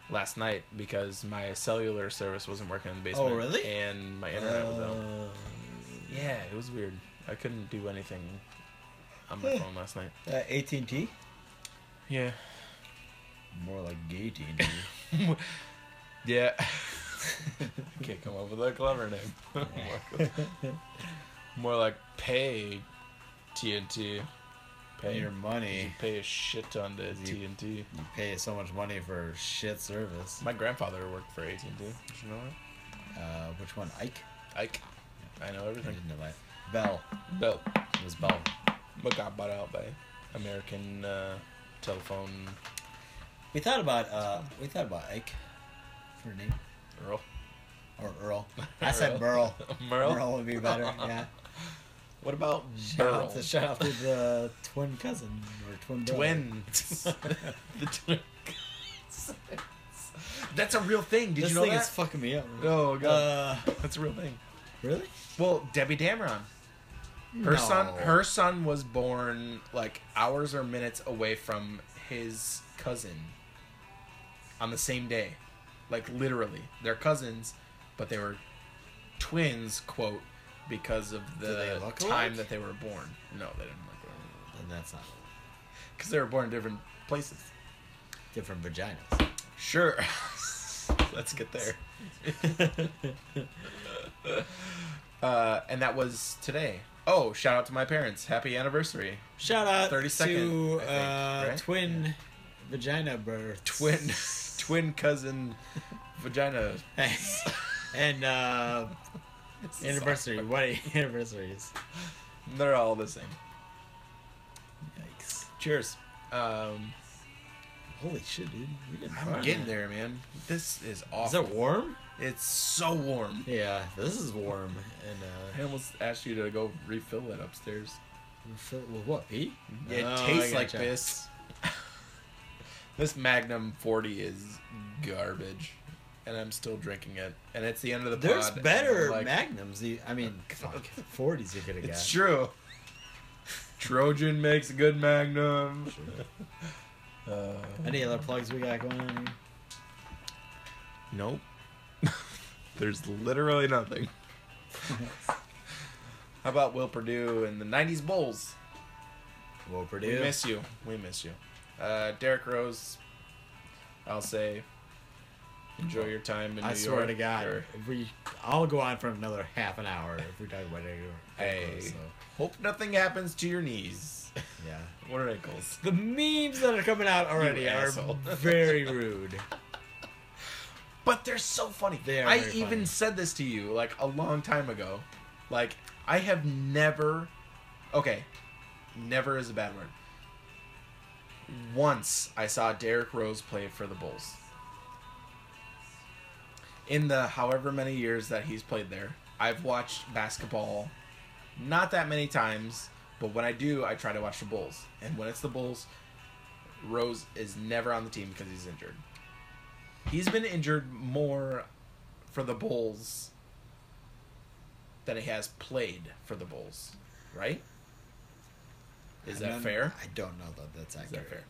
last night because my cellular service wasn't working in the basement. Oh, really? And my internet was out. uh, Yeah, it was weird. I couldn't do anything on my phone last night. uh, AT&T? Yeah. More like gay TNT. Yeah. Can't come up with a clever name. More like pay TNT. Pay Your money. You pay a shit ton to You- TNT. You pay so much money for shit service. My grandfather worked for AT&T. Did you know that? Uh, which one? Ike? Ike. I know I everything. didn't know that. Bell. Bell. It was Bell. But got bought out by American uh, telephone We thought about uh, we thought about Ike for a name Earl. or Earl. I said Merle. Merle. Merle would be better. Yeah. What about Shout Burl? out, to, shout out to the twin cousin or twin brother. Twins. the twin. That's a real thing. Did this you know thing that? is fucking me up. man. oh Uh, that's a real thing. really? Well, Debbie Dameron. Her No. son, her son was born like hours or minutes away from his cousin on the same day, like literally. They're cousins, but they were twins, quote, because of Do they the look time alike? that they were born. No, they didn't look Then that's not because they were born in different places. different vaginas. Sure, let's get there. Uh, and that was today. Oh, shout out to my parents! Happy anniversary. Shout out 30 second, to I think, uh, right? twin vagina birth. twin twin cousin vagina. and uh, anniversary. Wedding anniversaries. They're all the same. Yikes. Cheers. Um, Holy shit, dude. We didn't I'm getting there, man. This is Is awful. it warm? it's so warm. Yeah, this is warm. And I almost asked you to go refill that upstairs. uh, fill it with what, pee? It Oh, I tastes gotcha. like this. this Magnum 40 is garbage, and I'm still drinking it. And it's the end of the There's pod, and better I'm like, magnums. you- I mean, fuck, 40s you could have got. It's true. Trojan makes a good Magnum. Uh, Any other plugs we got going on here? Nope. There's literally nothing. How about Will Purdue and the 90s Bulls? Well, We Purdue. miss you. We miss you. Uh, Derek Rose, I'll say, enjoy your time in I New swear York. to God, or- if we, I'll go on for another half an hour if we talk about it. Hey. So, hope nothing happens to your knees. yeah. what are ankles? The memes that are coming out already are asshole. very rude. But they're so funny. They are I very even funny. said this to you like a long time ago. Like I have never, okay, never is a bad word. Once I saw Derrick Rose play for the Bulls. In the however many years that he's played there, I've watched basketball not that many times, but when I do, I try to watch the Bulls. And when it's the Bulls, Rose is never on the team because he's injured. He's been injured more for the Bulls than he has played for the Bulls, right? Is I that don't- fair? I don't know that that's Is that accurate. fair?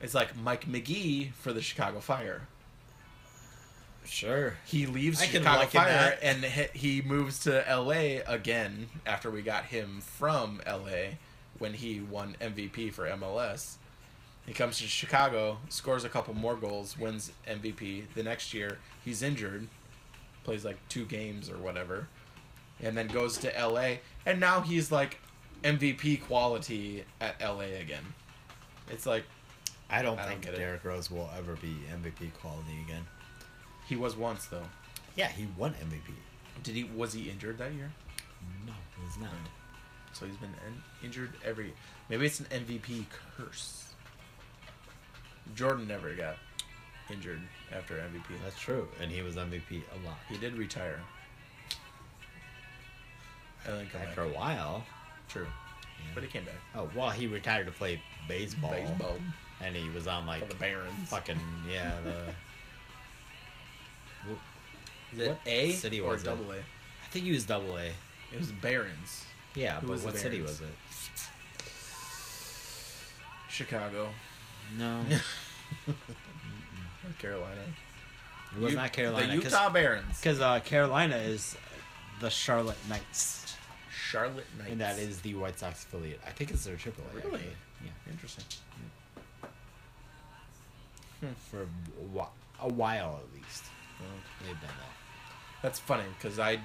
It's like Mike McGee for the Chicago Fire. Sure. He leaves I can Chicago look at Fire that. and he he moves to LA again after we got him from LA when he won MVP for MLS. He comes to Chicago, scores a couple more goals, wins MVP. The next year, he's injured, plays like two games or whatever, and then goes to LA. And now he's like MVP quality at LA again. It's like I don't I don't think get it. Derrick Rose will ever be MVP quality again. he was once though. Yeah, he won MVP. Did he was he injured that year? No, he's not. So he's been in- injured every. Maybe it's an MVP curse. Jordan never got injured after MVP. That's true. And he was MVP a lot. He did retire. I think And for a while. True. But he came back. Oh, well, he retired to play baseball. Baseball. And he was on like For the Barons. fucking yeah the. Is it What A city or was it? double A? I think he was double A. It was Barons. Yeah, Who but was the what city Barons? was it? Chicago. No, Carolina. it was U- not Carolina. The Utah Barons. because uh, Carolina is the Charlotte Knights, Charlotte Knights. and that is the White Sox affiliate. I think it's their triple A. Really? actually. Yeah. interesting. For a whi- a while at least, they've done that. That's funny because I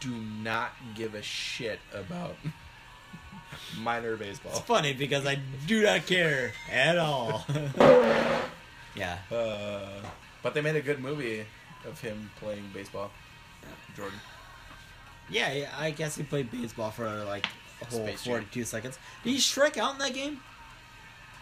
do not give a shit about minor baseball. Funny because I do not care at all. yeah, Uh, but they made a good movie of him playing baseball. Jordan. yeah, yeah. I guess he played baseball for like a whole Space Jam. forty-two seconds. Did he strike out in that game?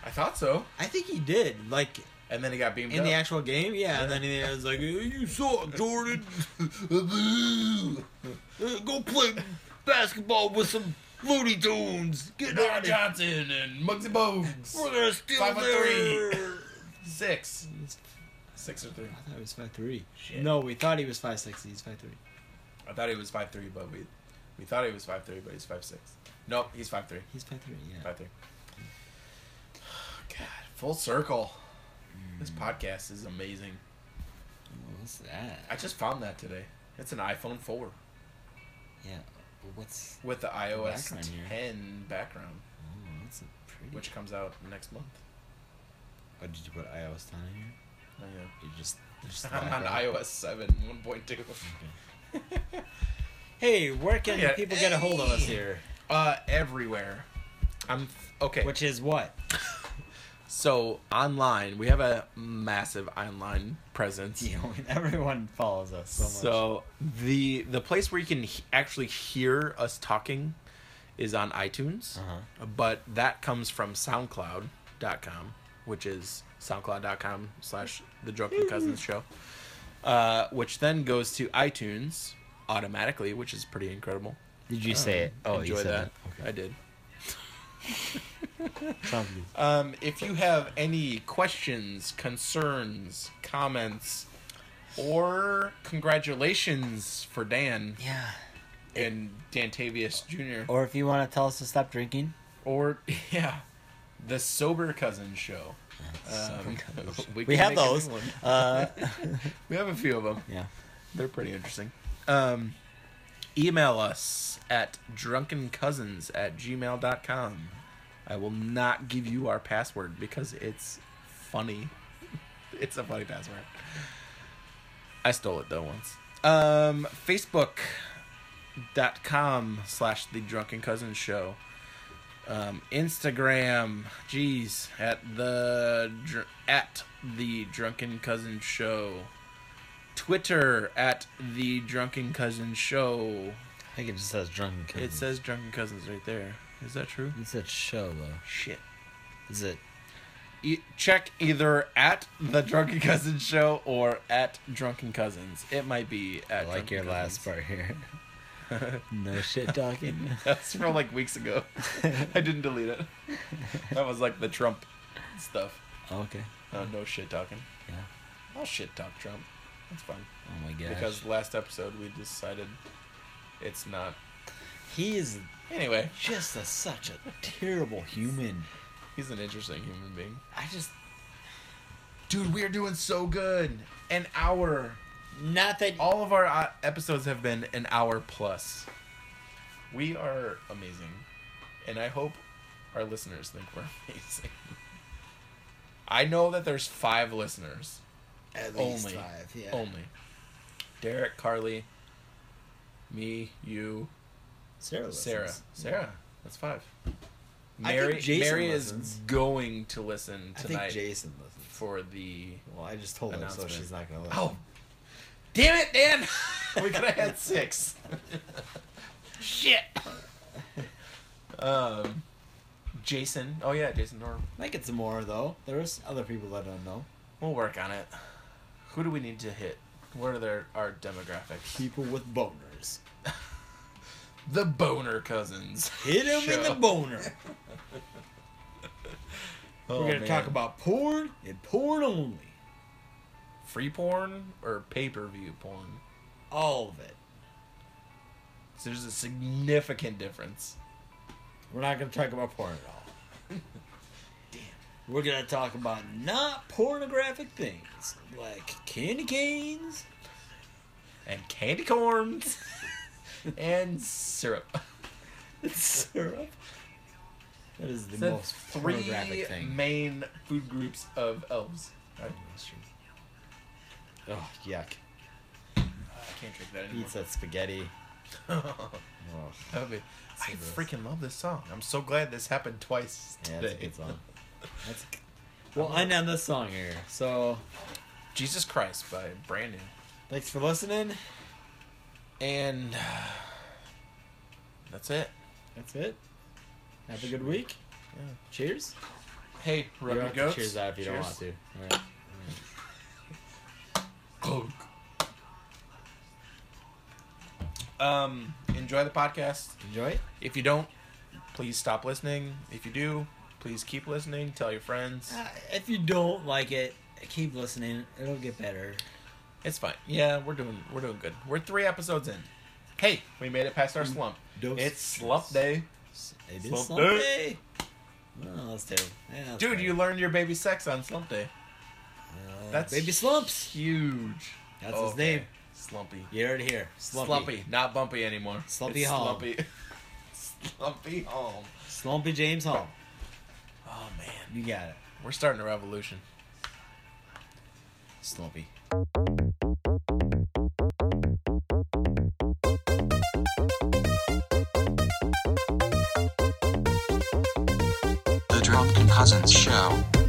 I thought so. I think he did. Like And then he got beamed in the up. actual game, yeah. And then he was like, "Eh, "You suck, Jordan. Eh, Go play basketball with some Looney Tunes. Get Don out of Johnson and Muggsy Bogues. We're gonna steal Five and their." Six. He's- Six or three. I thought he was five three. Shit. No, we thought he was five six. He's five three. I thought he was five three, but we we thought he was five three, but he's five six. Nope, he's five three. He's five three. Yeah. Five three. God, full circle. This podcast is amazing. What's that? I just found that today. It's an iPhone four Yeah. What's? with the iOS Background here. ten background, Oh, that's a pretty. which comes out next month. oh, did you put iOS ten in here? I know. You just. you just I'm on laugh, right? iOS seven one point two. Hey, where can Yeah. people get a hold of us here? Uh, everywhere. I'm okay. Which is what? So online, we have a massive online presence. You know, everyone follows us so much. So the the place where you can he- actually hear us talking is on iTunes, Uh-huh. but that comes from SoundCloud.com, which is SoundCloud.com slash The Drunken Cousins Show, uh, which then goes to iTunes automatically, which is pretty incredible. Did you say it? Oh, you Enjoy said that. that. I did. Trump, you- Uh, Um, if you have any questions, concerns, comments, or congratulations for Dan Yeah. and Dantavius Jr. or if you want to tell us to stop drinking, Or yeah, the Sober Cousin Show. Um, we can have make a new those. one. Uh, We have a few of them. yeah. They're pretty interesting. Um, email us at drunkencousins at gmail.com. I will not give you our password because it's funny. It's a funny password. I stole it though once. Um, Facebook.com slash the drunken cousins show. Um, Instagram, geez, at the dr- at the drunken cousin show. Twitter at the Drunken Cousin Show. I think it just says drunken. It Cousins. says Drunken Cousins right there. Is that true? It said show though. Shit. Is it? E- check either at the Drunken Cousins Show or at Drunken Cousins. It might be I at. like Drunken your last Cousins. part here. no shit talking. That's from like weeks ago. I didn't delete it. That was like the Trump stuff. Oh, okay. Uh, no shit talking. Yeah. I'll shit talk Trump. That's fine. Oh my gosh. Because last episode we decided it's not. he is Anyway, just a, such a terrible human. he's an interesting human being. I just Dude, we are doing so good. An hour. not that. All of our uh, episodes have been an hour plus. We are amazing. And I hope our listeners think we're amazing. I know that there's five listeners At least least only- five. Yeah. only Derek, Carly, me, you, Sarah. Listens. Sarah. Sarah. That's five. I think Mary, Jason Mary listens. is going to listen I tonight think Jason listens. for the Well, I just told her, so Announcement. she's not gonna listen. Oh, damn it, Dan! we could have had six. Shit. Um, Jason. Oh yeah, Jason Norm. Make it some more though. There's other people that don't know. We'll work on it. Who do we need to hit? What are their our demographics? People with boners. The boner cousins. Hit him in the Show. boner. Oh, We're gonna man. talk about porn. And porn only. free porn or pay per view porn. All of it. So there's a significant difference. We're not going to talk about porn at all. We're gonna talk about not pornographic things like candy canes. And candy corns. and syrup. syrup. That is the The most three pornographic thing. main food groups of elves. Right? Oh, yuck. Uh, I can't drink that Eats that spaghetti. anymore. Oh, That would be- I gross. freaking love this song. I'm so glad this happened twice yeah, that's a today. good song. That's Well, I know this song here, so Jesus Christ by Brandon. thanks for listening. And uh, that's it. That's it. Have a good week. Yeah. Cheers. Hey, you don't rubber have to goats. cheers out if you don't want to. All right. Clunk. Um, enjoy the podcast. Enjoy it. If you don't, please stop listening. If you do, please keep listening. Tell your friends. Uh, if you don't like it, keep listening. It'll get better. It's fine. Yeah, we're doing we're doing good. We're three episodes in. Hey, we made it past our slump. Dose. It's slump day. It Slump is Slump Day. Day. Oh, that's terrible. Yeah, that's Dude, right. you learned your baby sex on slump day. Uh, that's- baby slumps. Huge. That's his name. Slumpy. You heard it here. Slumpy. Slumpy. Not bumpy anymore. Slumpy It's Hall. Slumpy. Slumpy home. Slumpy James Hall. Oh man. You got it. We're starting a revolution. Slumpy. The Drunken Cousins Show.